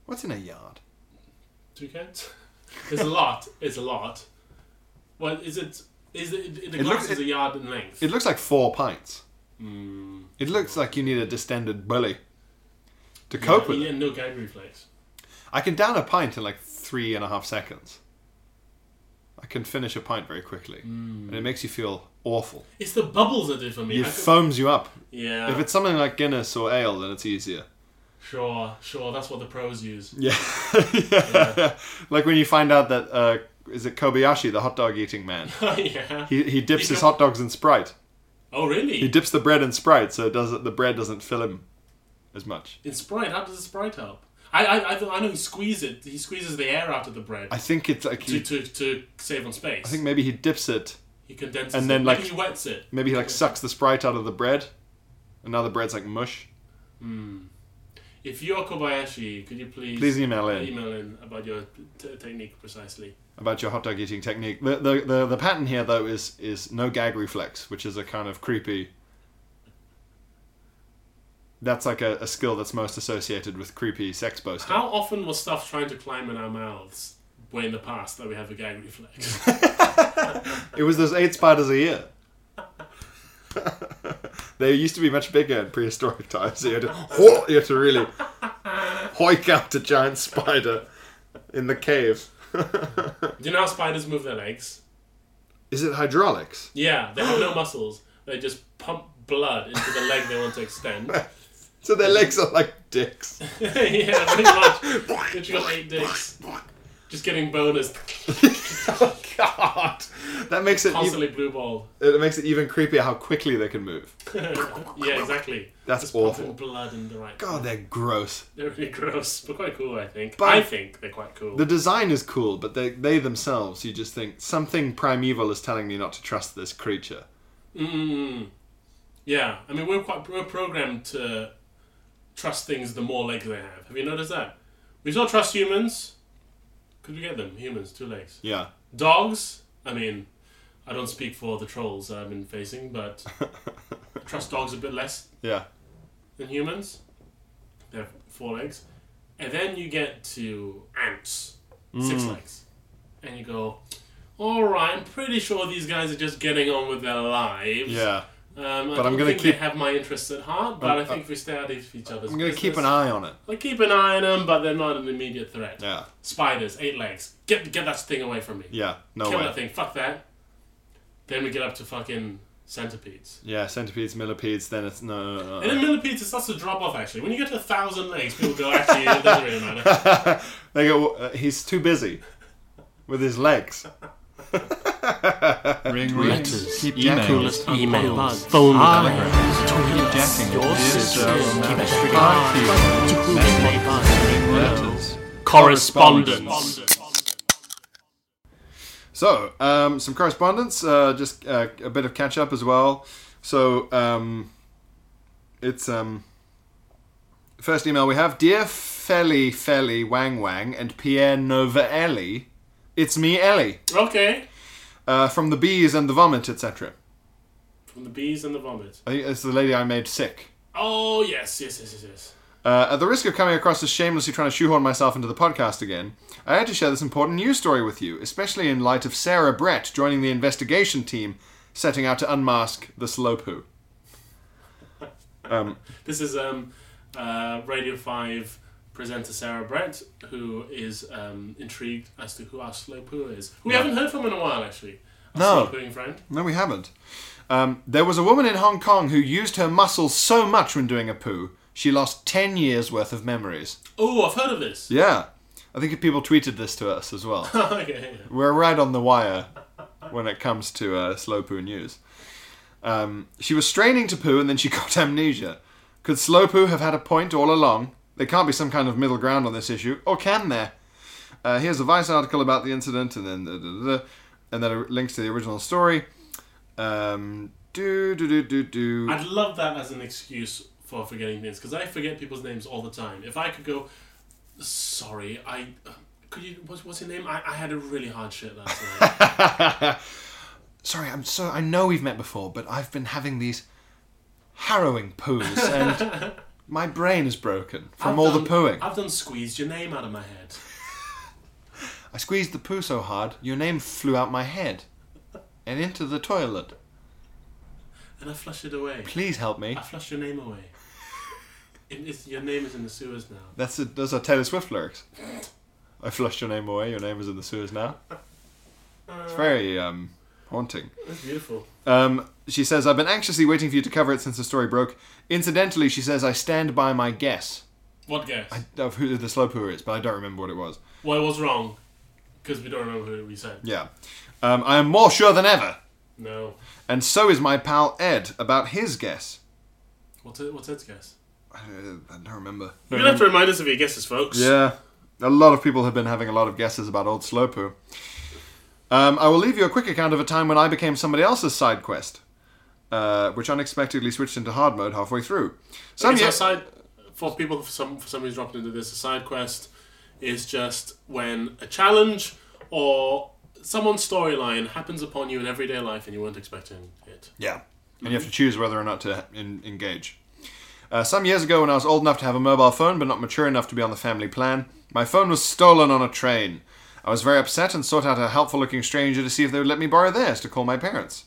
What's in a yard?
Two [laughs] cans? It's a lot. It's a lot. Well, is it? Is it? The
It
glass
looks-
is a yard in length.
It looks like four pints.
Mm.
It looks like you need a distended belly to cope with
yeah,
it.
no gag reflex.
I can down a pint in like three and a half seconds. I can finish a pint very quickly, and it makes you feel awful.
It's the bubbles that do for me.
It
I could-
foams you up.
yeah.
If it's something like Guinness or ale, then it's easier.
sure, sure. That's what the pros use.
Yeah, [laughs] like when you find out that uh, is it Kobayashi, the hot dog eating
[laughs]
man.
[laughs] yeah.
He, he dips his
got-
hot dogs in Sprite.
Oh really?
He dips the bread in Sprite, so it doesn't, the bread doesn't fill him as much.
In Sprite, how does the Sprite help? I I I, th- I know he squeezes it. He squeezes the air out of the bread
I think it's like he,
to, to to save on space.
I think maybe he dips it.
he condenses
and then,
it.
like-
maybe he wets it.
Maybe he like sucks the Sprite out of the bread, and now the bread's like mush.
If you're Kobayashi, could you please
Please email in.
email in about your t- technique precisely?
about your hot dog eating technique. The, the the the pattern here though is is no gag reflex, which is a kind of creepy. That's like a, a skill that's most associated with creepy sex boasting.
How often was stuff trying to climb in our mouths way in the past that we have a gag reflex? [laughs]
It was those eight spiders a year. [laughs] they used to be much bigger in prehistoric times. So you, had to, [laughs] you had to really hoik out a giant spider in the cave.
Do you know how spiders move their legs?
Is it hydraulics?
Yeah, they have no muscles. They just pump blood into the leg they want to
[laughs]
extend. [laughs] yeah,
So their legs are like dicks.
pretty much. They've got eight dicks. Just getting bonus,
[laughs] oh god, that makes it even,
constantly blue ball.
it makes it even creepier how quickly they can move.
Yeah, exactly.
That's
just
awful.
pumping blood in the right.
God, they're gross.
They're really gross, but quite cool, I think.
But-
I think they're quite cool.
The design is cool, but they they themselves, you just think something primeval is telling me not to trust this creature.
Mm. Yeah, I mean we're quite we're programmed to trust things the more legs they have. Have you noticed that? We still trust humans. Could we get them? Humans, two legs.
Yeah,
Dogs. I mean, I don't speak for the trolls I've been facing, but trust dogs a bit less
Yeah.
than humans. They have four legs. And then you get to ants, six legs. And you go, alright, I'm pretty sure these guys are just getting on with their lives.
Yeah.
Um, I
But I'm
don't
gonna
think
keep-
they have my interests at heart, but I think we stay out of each other's
I'm gonna keep an
business.
eye on it.
I keep an eye on them, but they're not an immediate threat.
Yeah.
Spiders, eight legs. Get get that thing away from me.
Yeah. No
Kill
way.
that thing. Fuck that. Then we get up to fucking centipedes.
Yeah. Centipedes, millipedes. Then it's no, no, no,
And
no.
then millipedes, it starts to drop off actually. When you get to a thousand legs, people go, actually, it doesn't really
[laughs]
matter.
They go. Uh, he's too busy with his legs.
Ring letters, keep emails,
emails, phone
Ah,
calls,
jacking.
tweets, your
Yes,
sisters,
um,
keep a
uh,
strict
eye
eye to whom they may buy.
letters.
Correspondence.
So, um, some correspondence, uh, just uh, a bit of catch up as well. So, um, it's um, first email we have Dear Felly Felly Wang Wang and Pierre Novaelli, it's me, Ellie,
okay.
uh, from the bees and the vomit, etc.
From the bees and the vomit.
I think it's the lady I made sick.
Oh, yes, yes, yes, yes, yes.
Uh, at the risk of coming across as shamelessly trying to shoehorn myself into the podcast again, I had to share this important news story with you, especially in light of Sarah Brett joining the investigation team setting out to unmask the slow poo.
This is um, uh, Radio 5 presenter Sarah Brett, who is um, intrigued as to who our slow poo is. We haven't heard from in a while, actually. Our
No.
slow pooing friend.
No, we haven't. Um, there was a woman in Hong Kong who used her muscles so much when doing a poo, she lost 10 years worth of memories.
Oh, I've heard of this.
Yeah. I think people tweeted this to us as well.
okay.
We're right on the wire when it comes to uh, slow poo news. Um, she was straining to poo and then she [laughs] got amnesia. Could slow poo have had a point all along? There can't be some kind of middle ground on this issue, or can there? Uh, here's a Vice article about the incident, and then da, da, da, da, and then it links to the original story. Um, do do do do do.
I'd love that as an excuse for forgetting names because I forget people's names all the time. If I could go, sorry, I could you what's, what's your name? I, I had a really hard shit last [laughs] night.
sorry, I'm so I know we've met before, but I've been having these harrowing
[laughs]
poos, and my brain is broken from
I've
all
done-
the pooing.
I've done squeezed your name out of my head.
I squeezed the poo so hard, your name flew out my head and into the toilet.
And I flushed it away.
Please help me.
I flushed your name away. It is, your name is in the sewers now.
That's a, those are Taylor Swift lyrics. I flushed your name away. Your name is in the sewers now.
Uh.
It's very um, haunting.
That's beautiful.
Um, she says, "I've been anxiously waiting for you to cover it since the story broke." Incidentally, she says, "I stand by my guess
What guess?
of who the slow pooer is, but I don't remember what it was."
Well, it was wrong because we don't remember who we said.
Yeah, um, I am more sure than ever,
No.
and so is my pal Ed about his guess.
What's it, what's Ed's guess?
I don't I don't remember.
You're gonna have to remind us of your guesses, folks.
Um, Yeah, a lot of people have been having a lot of guesses about old Slowpoo. Um, I will leave you a quick account of a time when I became somebody else's side quest, uh, which unexpectedly switched into hard mode halfway through. Some
It's
ye-
a side for people for some for somebody's dropped into this. A side quest is just when a challenge or someone's storyline happens upon you in everyday life and you weren't expecting it.
Yeah. And you have to choose whether or not to in, engage. Uh, some years ago, when I was old enough to have a mobile phone but not mature enough to be on the family plan, my phone was stolen on a train. I was very upset and sought out a helpful looking stranger to see if they would let me borrow theirs to call my parents.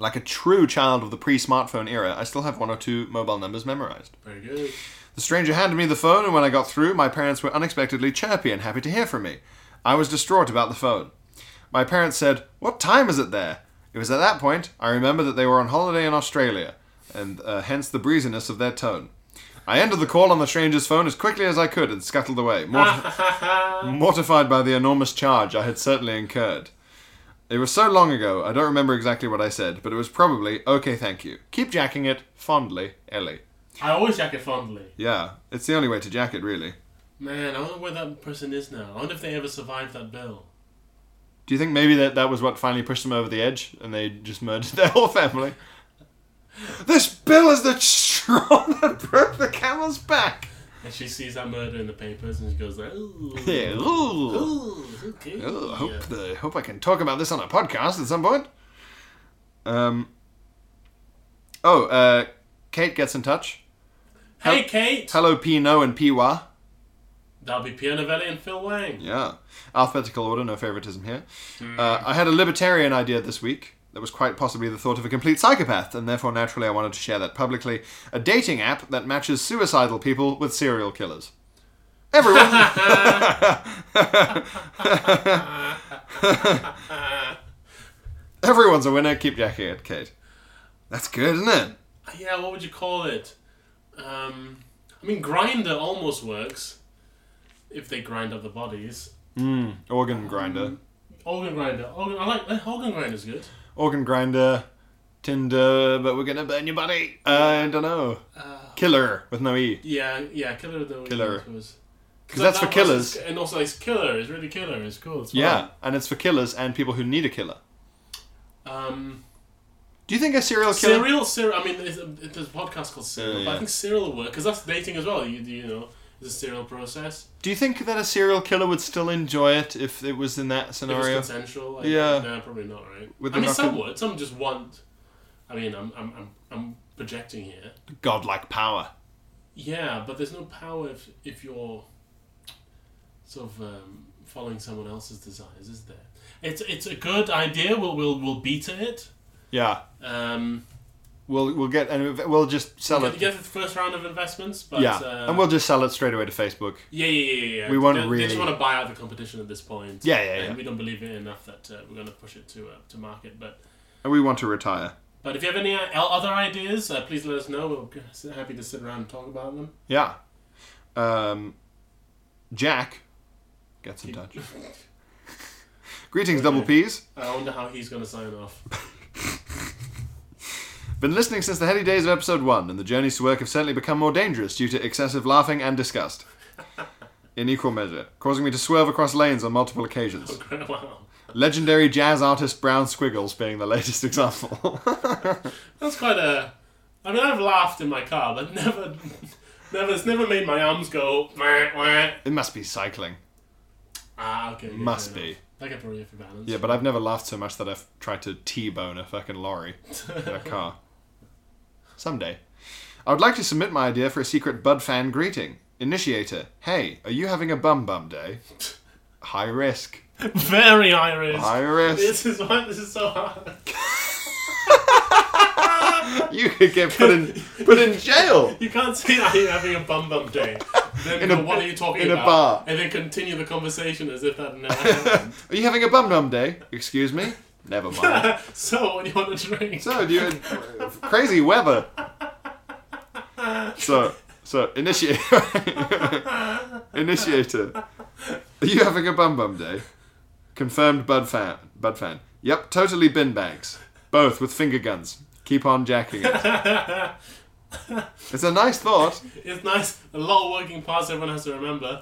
Like a true child of the pre smartphone era, I still have one or two mobile numbers memorized.
Very good.
The stranger handed me the phone, and when I got through, my parents were unexpectedly chirpy and happy to hear from me. I was distraught about the phone. My parents said, What time is it there? It was at that point I remembered that they were on holiday in Australia, and uh, hence the breeziness of their tone. I ended the call on the stranger's phone as quickly as I could and scuttled away, morti- mortified by the enormous charge I had certainly incurred. It was so long ago, I don't remember exactly what I said, but it was probably, okay, thank you. Keep jacking it, fondly, Ellie.
I always jack it fondly.
Yeah, it's the only way to jack it, really.
Man, I wonder where that person is now. I wonder if they ever survived that bill.
Do you think maybe that that was what finally pushed them over the edge and they just murdered [laughs] their whole family? This bill is the straw that broke the camel's back.
And she sees that murder in the papers and she goes, like,
[laughs]
ooh,
Yeah. Ooh.
ooh, okay.
Ooh, hope the hope I can talk about this on a podcast at some point. Um. Oh, uh, Kate gets in touch.
Hey, Kate!
Hello, Pino and Piwa.
That'll be Pia Novelli and Phil Wang.
Yeah. Alphabetical order, no favoritism here. Uh, I had a libertarian idea this week that was quite possibly the thought of a complete psychopath, and therefore naturally I wanted to share that publicly. A dating app that matches suicidal people with serial killers. Everyone. [laughs] Everyone's a winner. Keep jacking it, Kate. That's good, isn't it?
Yeah, what would you call it? Um, I mean, grinder almost works if they grind up the bodies.
Organ grinder.
Organ grinder, organ, I like eh, organ grinder's good.
organ grinder, Tinder, but we're gonna burn your body. I don't know.
Oh.
killer with no e.
Yeah, yeah, killer of the Week
Killer.
was
Because that's for
that was-
killers.
and also it's killer. It's really killer. It's cool. It's
Yeah, and it's for killers and people who need a killer.
fun. Um,
Do you think a serial killer?
serial, serial. I mean, it's, it, there's a podcast called Serial,
Yeah,
but
yeah.
I think serial will work because that's dating as well. You you know, it's a serial process.
Do you think that a serial killer would still enjoy it if it was in that
If it's
scenario?
consensual, like,
Yeah.
no, probably not, right?
With
I
the
mean, some
knuckle-
would. Some just want. I mean, I'm I'm I'm, I'm projecting here.
Godlike power.
Yeah, but there's no power if if you're sort of um, following someone else's desires, is there? It's it's a good idea. We'll we'll we'll beat it.
Yeah,
Um,
we'll we'll get and we'll just sell
you
it.
get the first round of investments, but
yeah,
uh,
and we'll just sell it straight away to Facebook.
yeah, yeah, yeah, yeah, yeah.
we won't
they, They
really-
just want to buy out the competition at this point.
Yeah, yeah,
and
yeah.
We don't believe in it enough that uh, we're going to push it to uh, to market, but.
And we want to retire.
But if you have any uh, el- other ideas, uh, please let us know. We'll be s- happy to sit around and talk about them.
Yeah. Um, Jack gets in touch. Greetings, double P's.
I wonder how he's going to sign off. [laughs]
Been listening since the heady days of episode one, and the journeys to work have certainly become more dangerous due to excessive laughing and disgust. In equal measure, causing me to swerve across lanes on multiple occasions.
wow,
Legendary jazz artist Brown Squiggles being the latest [laughs] example.
that's quite a. I mean, I've laughed in my car, but [laughs] never, never. It's never made my arms go. "Wah, wah."
it must be cycling.
Ah, okay. yeah,
Must
fair
be.
enough. Like a barrier for balance. [laughs]
Yeah, but I've never laughed so much that I've tried to T-bone a fucking lorry in a car. Someday. I would like to submit my idea for a secret Bud fan greeting. Initiator, hey, are you having a bum bum day? High risk.
Very Irish.
High risk.
This is why this is so hard.
You could get put in put in jail.
You can't say that you're having a bum bum day. Then
In a-
go, what are you talking
in a
about?
bar.
And then continue the conversation as if that never happened. [laughs]
Are you having a bum bum day? Excuse me. Never mind.
so, what do you want to drink?
So do you crazy weather? So so [laughs] initiate initiator. Are you having a bum bum day? Confirmed Bud fan. Bud fan. Yep, totally bin bags. Both with finger guns. Keep on jacking it. It's a nice thought.
It's nice. A lot of working parts everyone has to remember.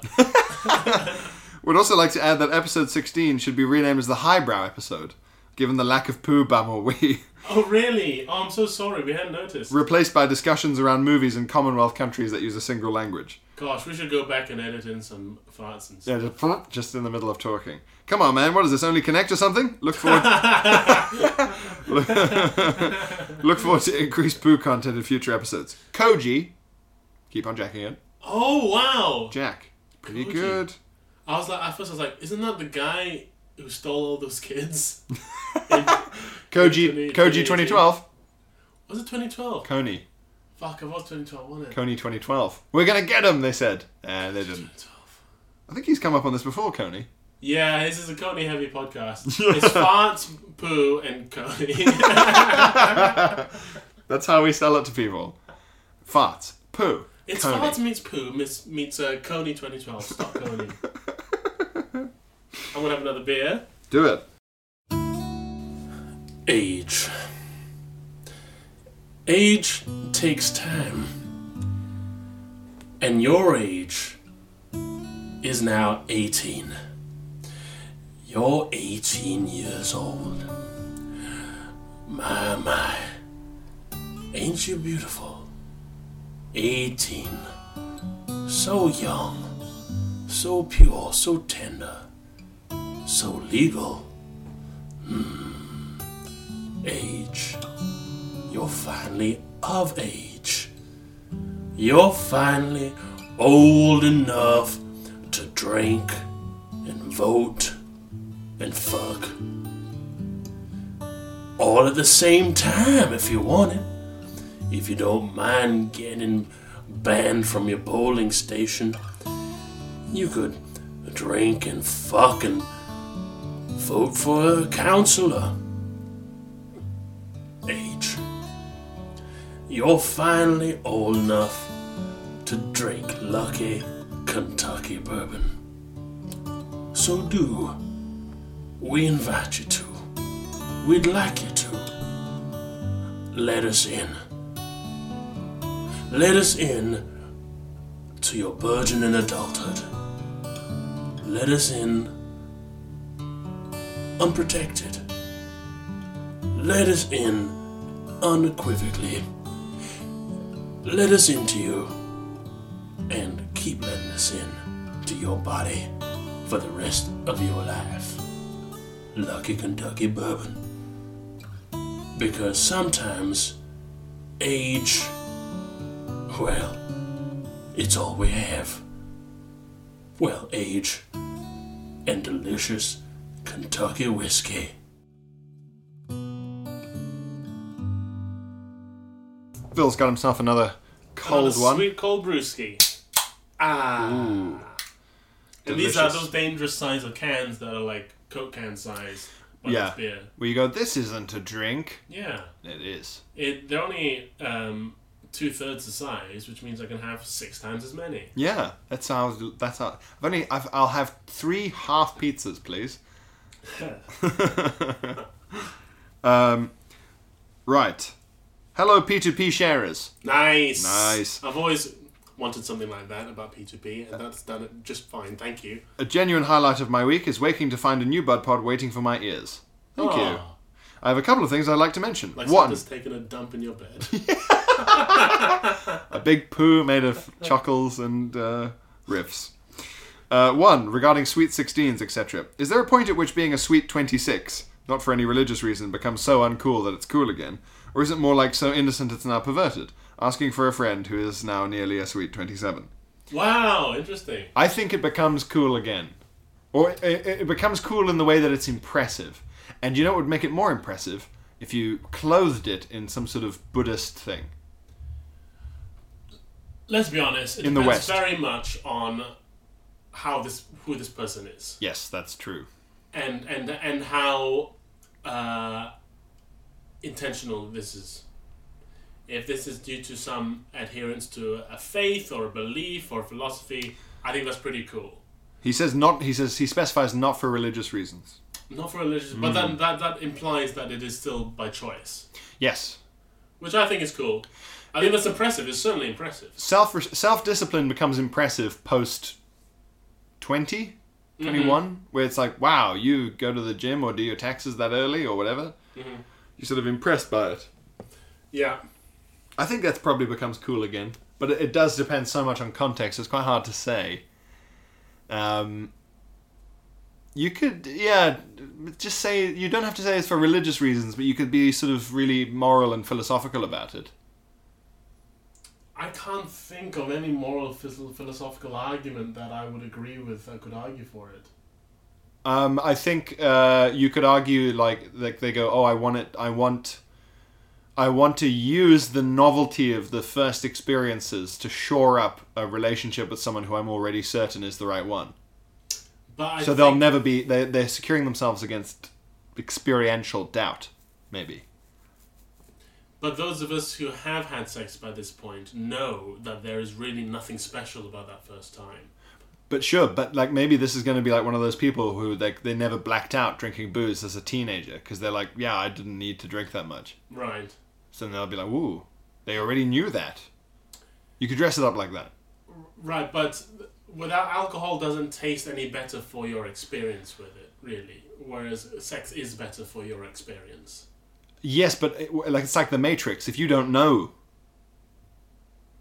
Would also like to add that episode 16 should be renamed as the highbrow episode, given the lack of poo bum or wee, [laughs]
oh, really? Oh, I'm so sorry. We hadn't noticed.
replaced by discussions around movies in Commonwealth countries that use a single language.
Gosh, we should go back and edit in some farts and stuff.
Yeah, just, plop, just in the middle of talking. Come on, man, what is this, Only Connect or something? Look
[laughs]
forward... Look [laughs] forward to increased poo content in future episodes. Koji, keep on jacking it.
Oh, wow.
Jack, pretty
Koji.
good.
I was like, at first I was like, isn't that the guy who stole all those kids? 20-
Koji, Koji 2012.
Was it 2012?
Coney,
Fuck, it was 2012, wasn't it?
Coney 2012. We're gonna get him, they said. And they didn't.
2012.
I think he's come up on this before, Coney.
Yeah, this is a Coney heavy podcast. It's farts, poo, and Coney.
That's how we sell it to people. Farts. Poo.
it's
Coney.
farts meets poo meets, meets uh, Coney 2012. Stop Coney. I'm gonna have another beer.
Do it.
Age. Age takes time. And your age is now 18. You're 18 years old. My, my. Ain't you beautiful? 18.
so young, so pure, so tender, so legal. Hmm. Age. You're finally of age. You're finally old enough to drink and vote and fuck. All at the same time if you want it. If you don't mind getting banned from your polling station, you could drink and fuck and vote for a counselor. Age. You're finally old enough to drink lucky Kentucky bourbon. So do. We invite you to. We'd like you to. Let us in. Let us in to your burgeoning adulthood. Let us in unprotected. Let us in unequivocally. Let us into you and keep letting us in to your body for the rest of your life. Lucky Kentucky bourbon. Because sometimes age, well, it's all we have. Well, age and delicious Kentucky whiskey.
Phil's got himself another cold
Another
one.
Sweet cold brewski.
Ooh.
And these are
Delicious.
those dangerous size of cans that are like Coke can size. But
yeah.
It's beer.
Where you go, this isn't a drink.
Yeah.
It is.
It, they're only um, two thirds the size, which means I can have six times as many.
Yeah, that's how. That's how. I've only. I've, I'll have three half pizzas,
[laughs]
please. um, right. Hello, P2P sharers.
Nice.
Nice.
I've always wanted something like that about P2P, and that's done it just fine. Thank you.
A genuine highlight of my week is waking to find a new bud pod waiting for my ears. Thank you.
Aw.
I have a couple of things I'd like to mention.
Like
One,
someone's taking a dump in your bed. [laughs]
a big poo made of chuckles and uh, riffs. Uh, one, regarding sweet 16s, etc. Is there a point at which being a sweet 26, not for any religious reason, becomes so uncool that it's cool again? Or is it more like so innocent it's now perverted, asking for a friend who is now nearly a sweet 27?
wow, interesting.
I think it becomes cool again. Or it, it it becomes cool in the way that it's impressive. And you know what would make it more impressive? If you clothed it in some sort of Buddhist thing.
Let's be honest. It
In the
depends
West.
very much on how this who this person is,
Yes, that's true.
and and and how uh, intentional this is. If this is due to some adherence to a faith or a belief or philosophy, I think that's pretty cool.
He says not. He says he specifies not for religious reasons.
Not for religious, but
Hmm.
then that that implies that it is still by choice,
Yes,
which I think is cool. I think that's impressive. It's certainly impressive.
self self discipline becomes impressive post 20, 21, where it's like, wow, you go to the gym or do your taxes that early or whatever. You're sort of impressed by it.
Yeah.
I think that's probably becomes cool again, but it, it does depend so much on context. It's quite hard to say. Um, you could, yeah, just say you don't have to say it's for religious reasons, but you could be sort of really moral and philosophical about it.
I can't think of any moral phil- philosophical argument that I would agree with that could argue for it.
Um, I think uh, you could argue like like they go, oh, I want it, I want, I want to use the novelty of the first experiences to shore up a relationship with someone who I'm already certain is the right one.
But I
so they'll
think-
never be they they're securing themselves against experiential doubt, maybe.
But those of us who have had sex by this point know that there is really nothing special about that first time.
But sure, but like maybe this is going to be like one of those people who like they never blacked out drinking booze as a teenager because they're like, yeah, I didn't need to drink that much.
Right.
So then they'll be like, ooh, they already knew that. You could dress it up like that.
Right, but th- without alcohol doesn't taste any better for your experience with it, really. Whereas sex is better for your experience.
eh, Yes, but it, like it's like the Matrix. If you don't know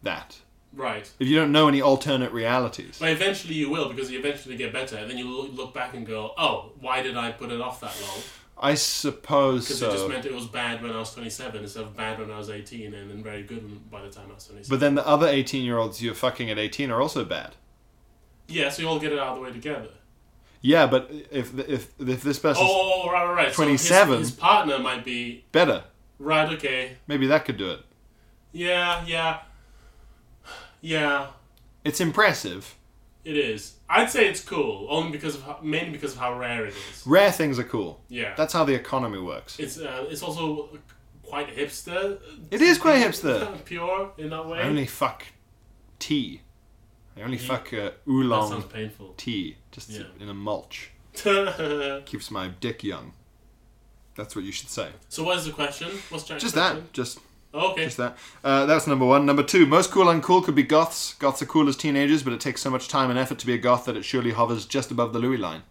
that,
Right.
If you don't know any alternate realities.
But eventually you will because you eventually get better, and then you lo- look back and go, "Oh, why did I put it off that long?"
I suppose
Because
so.
it just meant it was bad when I was 27 instead of bad when I was 18, and then very good by the time I was 27.
But then the other 18 year olds you're fucking at 18 are also bad.
yeah, so you all get it out of the way together.
Yeah, but if if if this person's
Oh, right, right, right. So his-
27.
his partner might be
better,
right. Okay.
maybe that could do it.
Yeah, yeah, yeah.
It's impressive.
It is. I'd say it's cool, only because of how, mainly because of how rare it is.
Rare things are cool.
Yeah.
That's how the economy works.
It's uh, it's also quite hipster.
It is quite hipster.
Pure in that way.
I only fuck tea. I only fuck uh,
Mm-hmm. that
oolong
sounds painful. [laughs]
tea, just
Yeah.
in a mulch.
so
Keeps my dick young. That's what you should say.
what is the question? What's Jack's
Just
question? Oh,
that. Just
Okay.
Just that. Uh, that's number one. Number two, most cool uncool could be goths. Goths are cool as teenagers, but it takes so much time and effort to be a goth that it surely hovers just above the Louis line.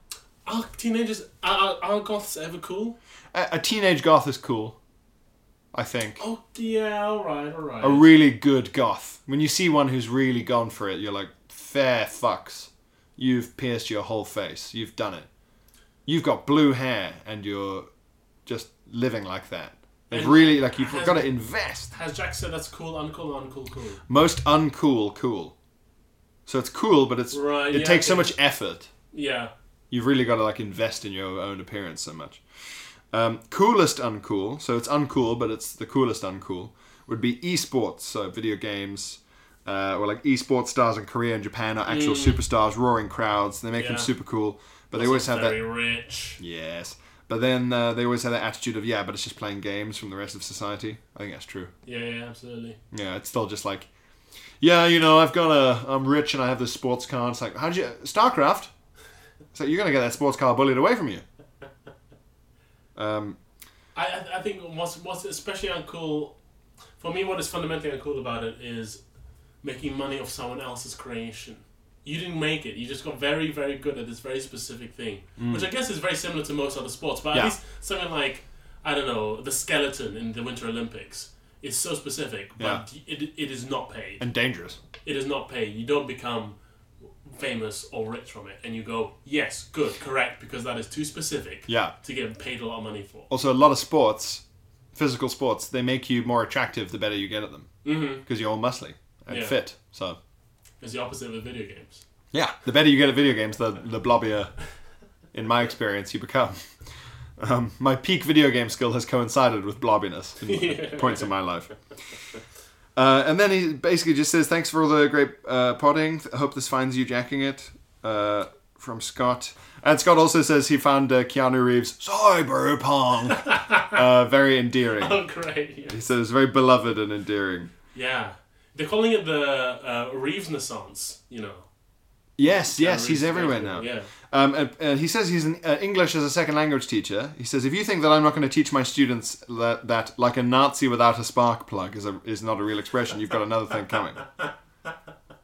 Are teenagers are, are, are goths ever cool?
A, a teenage goth is cool, I think.
Oh yeah, all right, all right.
A really good goth. When you see one who's really gone for it, you're like, fair fucks. You've pierced your whole face. You've done it. You've got blue hair, and you're just living like that. They've
And
really like you've
has-
got to invest.
Has Jack said that's cool, uncool, uncool, cool?
Most uncool, cool. So it's cool, but it's
Right,
it
yeah,
takes so
okay.
much effort.
Yeah.
You've really got to like invest in your own appearance so much. Um, coolest uncool, so it's uncool, but it's the coolest uncool would be esports, so video games, uh, or like esports stars in Korea and Japan are actual superstars, roaring crowds. They make them
Mm. Yeah.
super cool, but they always have
very
that.
rich.
[laughs] Yes, but then uh, they always have that attitude of yeah, but it's just playing games from the rest of society. I think that's true.
Yeah, yeah, absolutely.
Yeah, it's still just like, yeah, you know, I've got a, I'm rich and I have this sports car. It's like, how'd you, StarCraft? It's like, you're going to get that sports car bullied away from you. Um,
I, I, I think what's what's especially uncool for me. What is fundamentally uncool about it is making money off someone else's creation. You didn't make it. You just got very, very good at this very specific thing, which I guess is very similar to most other sports. But
Mm. Yeah.
at least something like I don't know the skeleton in the Winter Olympics is so specific, but it, it is not paid.
and dangerous.
it is not paid. You don't become famous or rich from it, and you go yes, good, correct, because that is too specific.
Yeah.
To get paid a lot of money for.
Also, a lot of sports, physical sports, they make you more attractive the better you get at them. Because mm-hmm. you're all muscly and
Yeah.
fit. So,
It's the opposite of video games.
yeah, the better you get at video games, the, the blobbier, in my experience, you become. Um, my peak video game skill has coincided with blobbiness in points in my life. Uh, and then he basically just says, "Thanks for all the great uh, podding. I hope this finds you jacking it." Uh, from Scott, and Scott also says he found uh, Keanu Reeves cyberpunk uh, very endearing.
[laughs] Oh, great. Yeah.
He says very beloved and endearing.
Yeah. They're calling it the uh, Reeves Renaissance, you know.
Yes, yes,
Reeves
he's everywhere now.
Renaissance, Yeah.
Um, and, and he says he's an uh, English as a second language teacher. He says, if you think that I'm not going to teach my students that, that like a Nazi without a spark plug is, a, is not a real expression, you've got another thing
[laughs]
coming.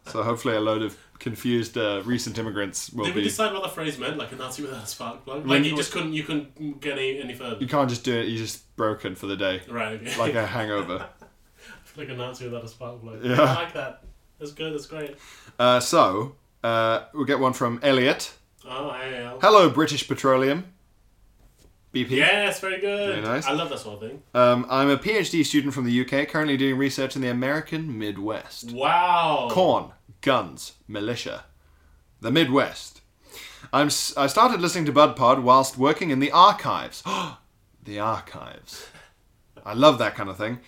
so hopefully a load of confused uh, recent immigrants will
Did we
be.
decide what the phrase meant? Like a Nazi without a spark plug?
When-
Like you just couldn't, you couldn't get any, any further.
[laughs] You can't just do it, you're just broken for the day.
Right. okay.
Like a hangover.
[laughs] Like a Nazi without a spark plug.
Yeah.
I like that. That's good. That's great.
Uh, so, uh, we'll get one from Elliot.
Oh, yeah, yeah.
Hello, British Petroleum. BP.
Yes, very good.
Very nice.
I love that sort of thing.
Um, I'm a PhD student from the UK, currently doing research in the American Midwest.
Wow.
corn, guns, militia, the Midwest. I'm s- I started listening to Bud Pod whilst working in the archives. [gasps] the archives. I love that kind of thing.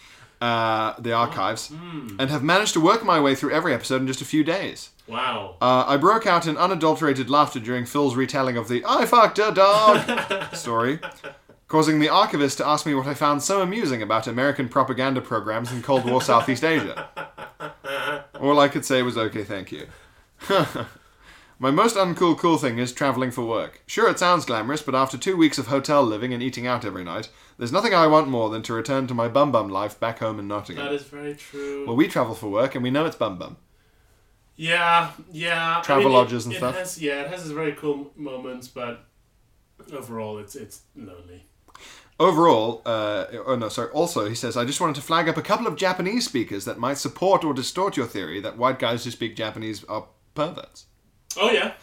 Uh, the archives. And have managed to work my way through every episode in just a few days.
Wow.
Uh, I broke out in unadulterated laughter during Phil's retelling of the I fucked a
[laughs]
dog story, causing the archivist to ask me what I found so amusing about American propaganda programs in Cold War Southeast Asia. All I could say was, okay, thank you. [laughs] My most uncool cool thing is traveling for work. Sure, it sounds glamorous, but after two weeks of hotel living and eating out every night, there's nothing I want more than to return to my bum bum life back home in Nottingham.
that is very true.
well, we travel for work and we know it's bum bum.
Yeah, yeah.
Travel
it-
lodges and
it
stuff.
Has, yeah, it has its very cool moments, but overall, it's it's lonely.
Overall, uh, oh no, sorry. Also, he says, I just wanted to flag up a couple of Japanese speakers that might support or distort your theory that white guys who speak Japanese are perverts.
Oh yeah.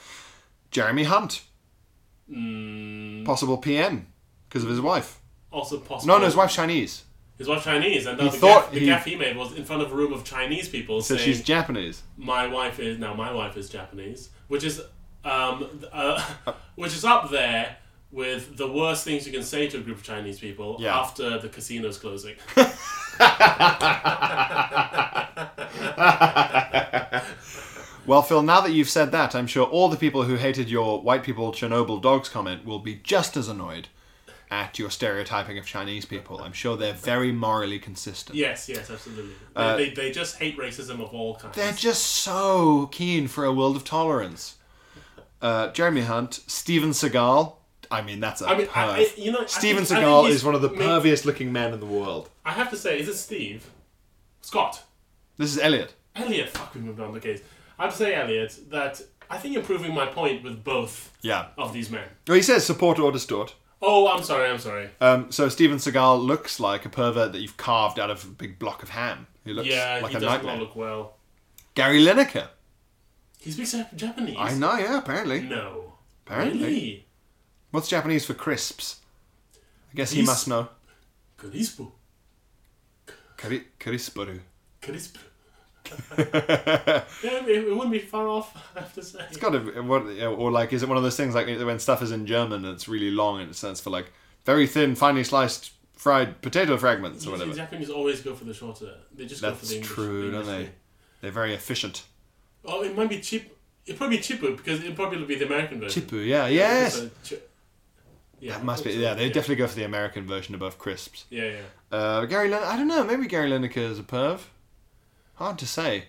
Jeremy Hunt,
Mm,
possible PM because of his wife.
also possible.
No, no, his wife's Chinese,
His wife's Chinese, and
He
uh, the,
thought
gaff, the
he-
gaff he made was in front of a room of Chinese people
so
saying,
she's Japanese.
"My wife is now my wife is Japanese," which is um, th- uh, [laughs] which is up there with the worst things you can say to a group of Chinese people
Yeah.
after the casino's
[laughs]
closing.
Well, Phil, now that you've said that, I'm sure all the people who hated your white people Chernobyl dogs comment will be just as annoyed at your stereotyping of Chinese people. I'm sure they're very morally consistent.
yes, yes, absolutely. They,
Uh,
they, they just hate racism of all kinds.
They're just so keen for a world of tolerance. Uh, Jeremy Hunt, Steven Seagal. I mean, that's a
I mean, I-
perv.
I- you know, I
Steven
think- I think
Seagal
he's
is one of the
ma-
perviest looking men in the world.
I have to say, is it Steve? Scott.
This is Elliot.
Elliot, fuck, we moved on the case. I have to say, Elliot, that I think you're proving my point with both
Yeah.
of these men.
Well, he says support or distort.
Oh, I'm sorry, I'm sorry.
Um, so Steven Seagal looks like a pervert that you've carved out of a big block of ham. He looks
yeah,
like
he
a
does
nightmare.
not look well.
Gary Lineker.
He speaks Japanese.
I know, yeah, apparently.
No.
Apparently.
Really?
What's Japanese for crisps? I guess he
Crisp.
must know.
Crispo.
Kari- Karispuru. [laughs]
Crisp. yeah, it, it wouldn't be far off, [laughs] I have to say.
It's got to, what, or like, is it one of those things like when stuff is in German and it's really long and it stands for like very thin, finely sliced fried potato fragments or
Usually
whatever?
Japanese always go for the shorter. They just go for
That's
the English. the
true, don't
English
they?
way.
They're very efficient.
Oh, it might be cheap. It'd probably be cheaper because it'd probably be the American version.
Chipu, yeah, yes.
So, chi- yeah,
That must be,
also,
yeah, they definitely go for the American version above crisps.
Yeah, yeah.
Uh, Gary Lineker, I don't know, maybe Gary Lineker is a perv. Hard to say.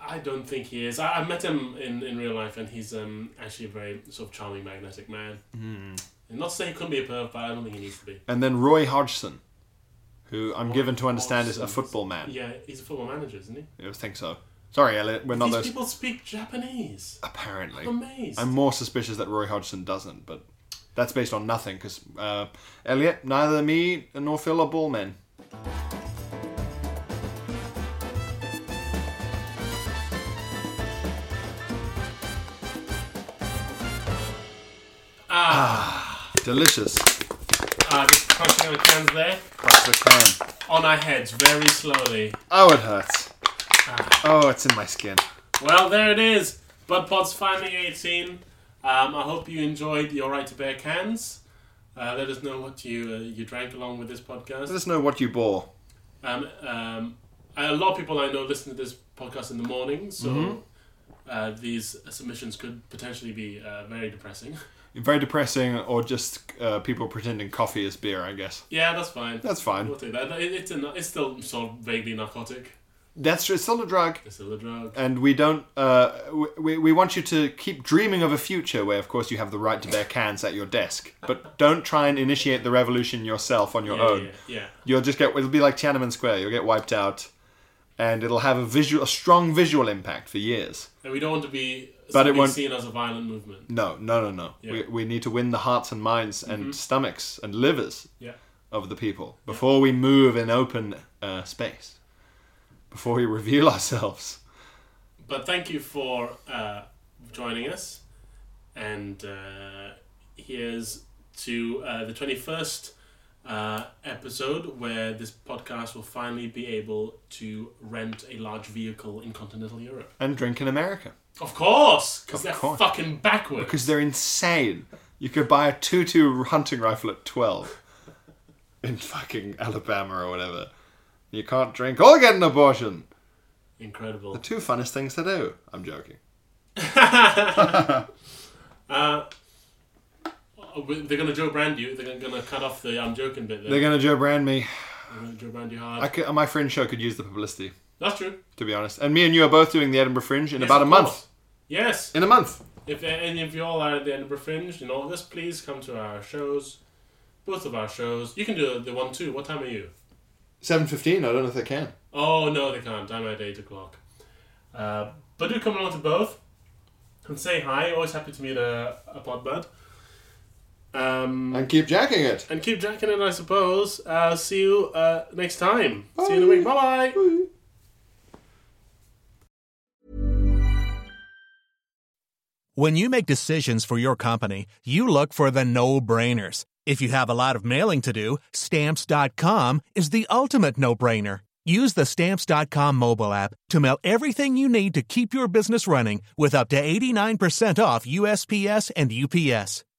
I don't think he is. I, I met him in, in real life, and he's um actually a very sort of charming, magnetic man. Mm.
Hmm.
And not to say he couldn't be a perv, but I don't think he needs to be.
And then Roy Hodgson, who I'm given to understand is a
Hodgson's-
football man.
Yeah, he's a football manager, isn't he?
I think so. Sorry, Elliot, we're not
These
those.
people speak Japanese.
Apparently.
I'm amazed.
I'm more suspicious that Roy Hodgson doesn't, but that's based on nothing because uh, Elliot, neither me nor Phil are ball men. Ah, delicious.
Uh, just crunching on the cans there.
Crack the can.
On our heads, very slowly.
Oh, it hurts. Oh, it's in my skin.
Well, there it is. Bud Pod's finally 18. Um, I hope you enjoyed your right to bear cans. Uh, let us know what you uh, you drank along with this podcast.
Let us know what you bore.
Um, um, a lot of people I know listen to this podcast in the morning, so
Mm-hmm.
uh, these submissions could potentially be uh, very depressing. [laughs]
Very depressing, or just uh, people pretending coffee is beer, I guess.
yeah, that's fine.
That's fine.
We'll take that. It- It's, a, it's still sort of vaguely narcotic.
That's true. It's still a drug.
It's still a drug.
and we don't uh, we- we, we want you to keep dreaming of a future where of course you have the right to bear cans at your desk but don't try and initiate the revolution yourself on your
Yeah,
own
yeah, yeah.
you'll just get it'll be like tiananmen square you'll get wiped out and it'll have a visual a strong visual impact for years
And we don't want to be
But it
something
won't-
seen as a violent movement.
no no no no we, we need to win the hearts and minds and stomachs and livers
Mm-hmm. Yeah.
of the people before we move in open uh, space before we reveal [laughs] ourselves
But thank you for uh, joining us. And uh, here's to uh, the 21st uh, episode where this podcast will finally be able to rent a large vehicle in continental Europe.
and drink in america
Of course! Because
Of
they're
course.
fucking backwards.
because they're insane. You could buy a two-two hunting rifle at twelve in fucking Alabama or whatever. You can't drink or get an abortion. The
Incredible.
two funnest things to do. I'm joking.
Oh, we- They're going to Joe Brand you. They're going to cut off the I'm joking bit there.
They're gonna Joe Brand me.
They're going to Joe Brand you hard.
I could, my fringe show could use the publicity,
That's true.
to be honest. And me and you are both doing the Edinburgh Fringe in about a
of
month.
course. Yes.
In a month.
If any of you all are at the Edinburgh Fringe in August, please come to our shows. Both of our shows. You can do the one too. What time are you?
Seven fifteen. I don't know if they can.
Oh no, they can't. I'm at eight o'clock. Uh, but do come along to both and say hi. Always happy to meet a, a podbud. Um,
And keep jacking it.
and keep jacking it, I suppose. Uh, see you uh, next time. See you in a week. Bye bye.
When you make decisions for your company, you look for the no brainers. If you have a lot of mailing to do, stamps.com is the ultimate no brainer. Use the stamps.com mobile app to mail everything you need to keep your business running with up to 89% off USPS and UPS.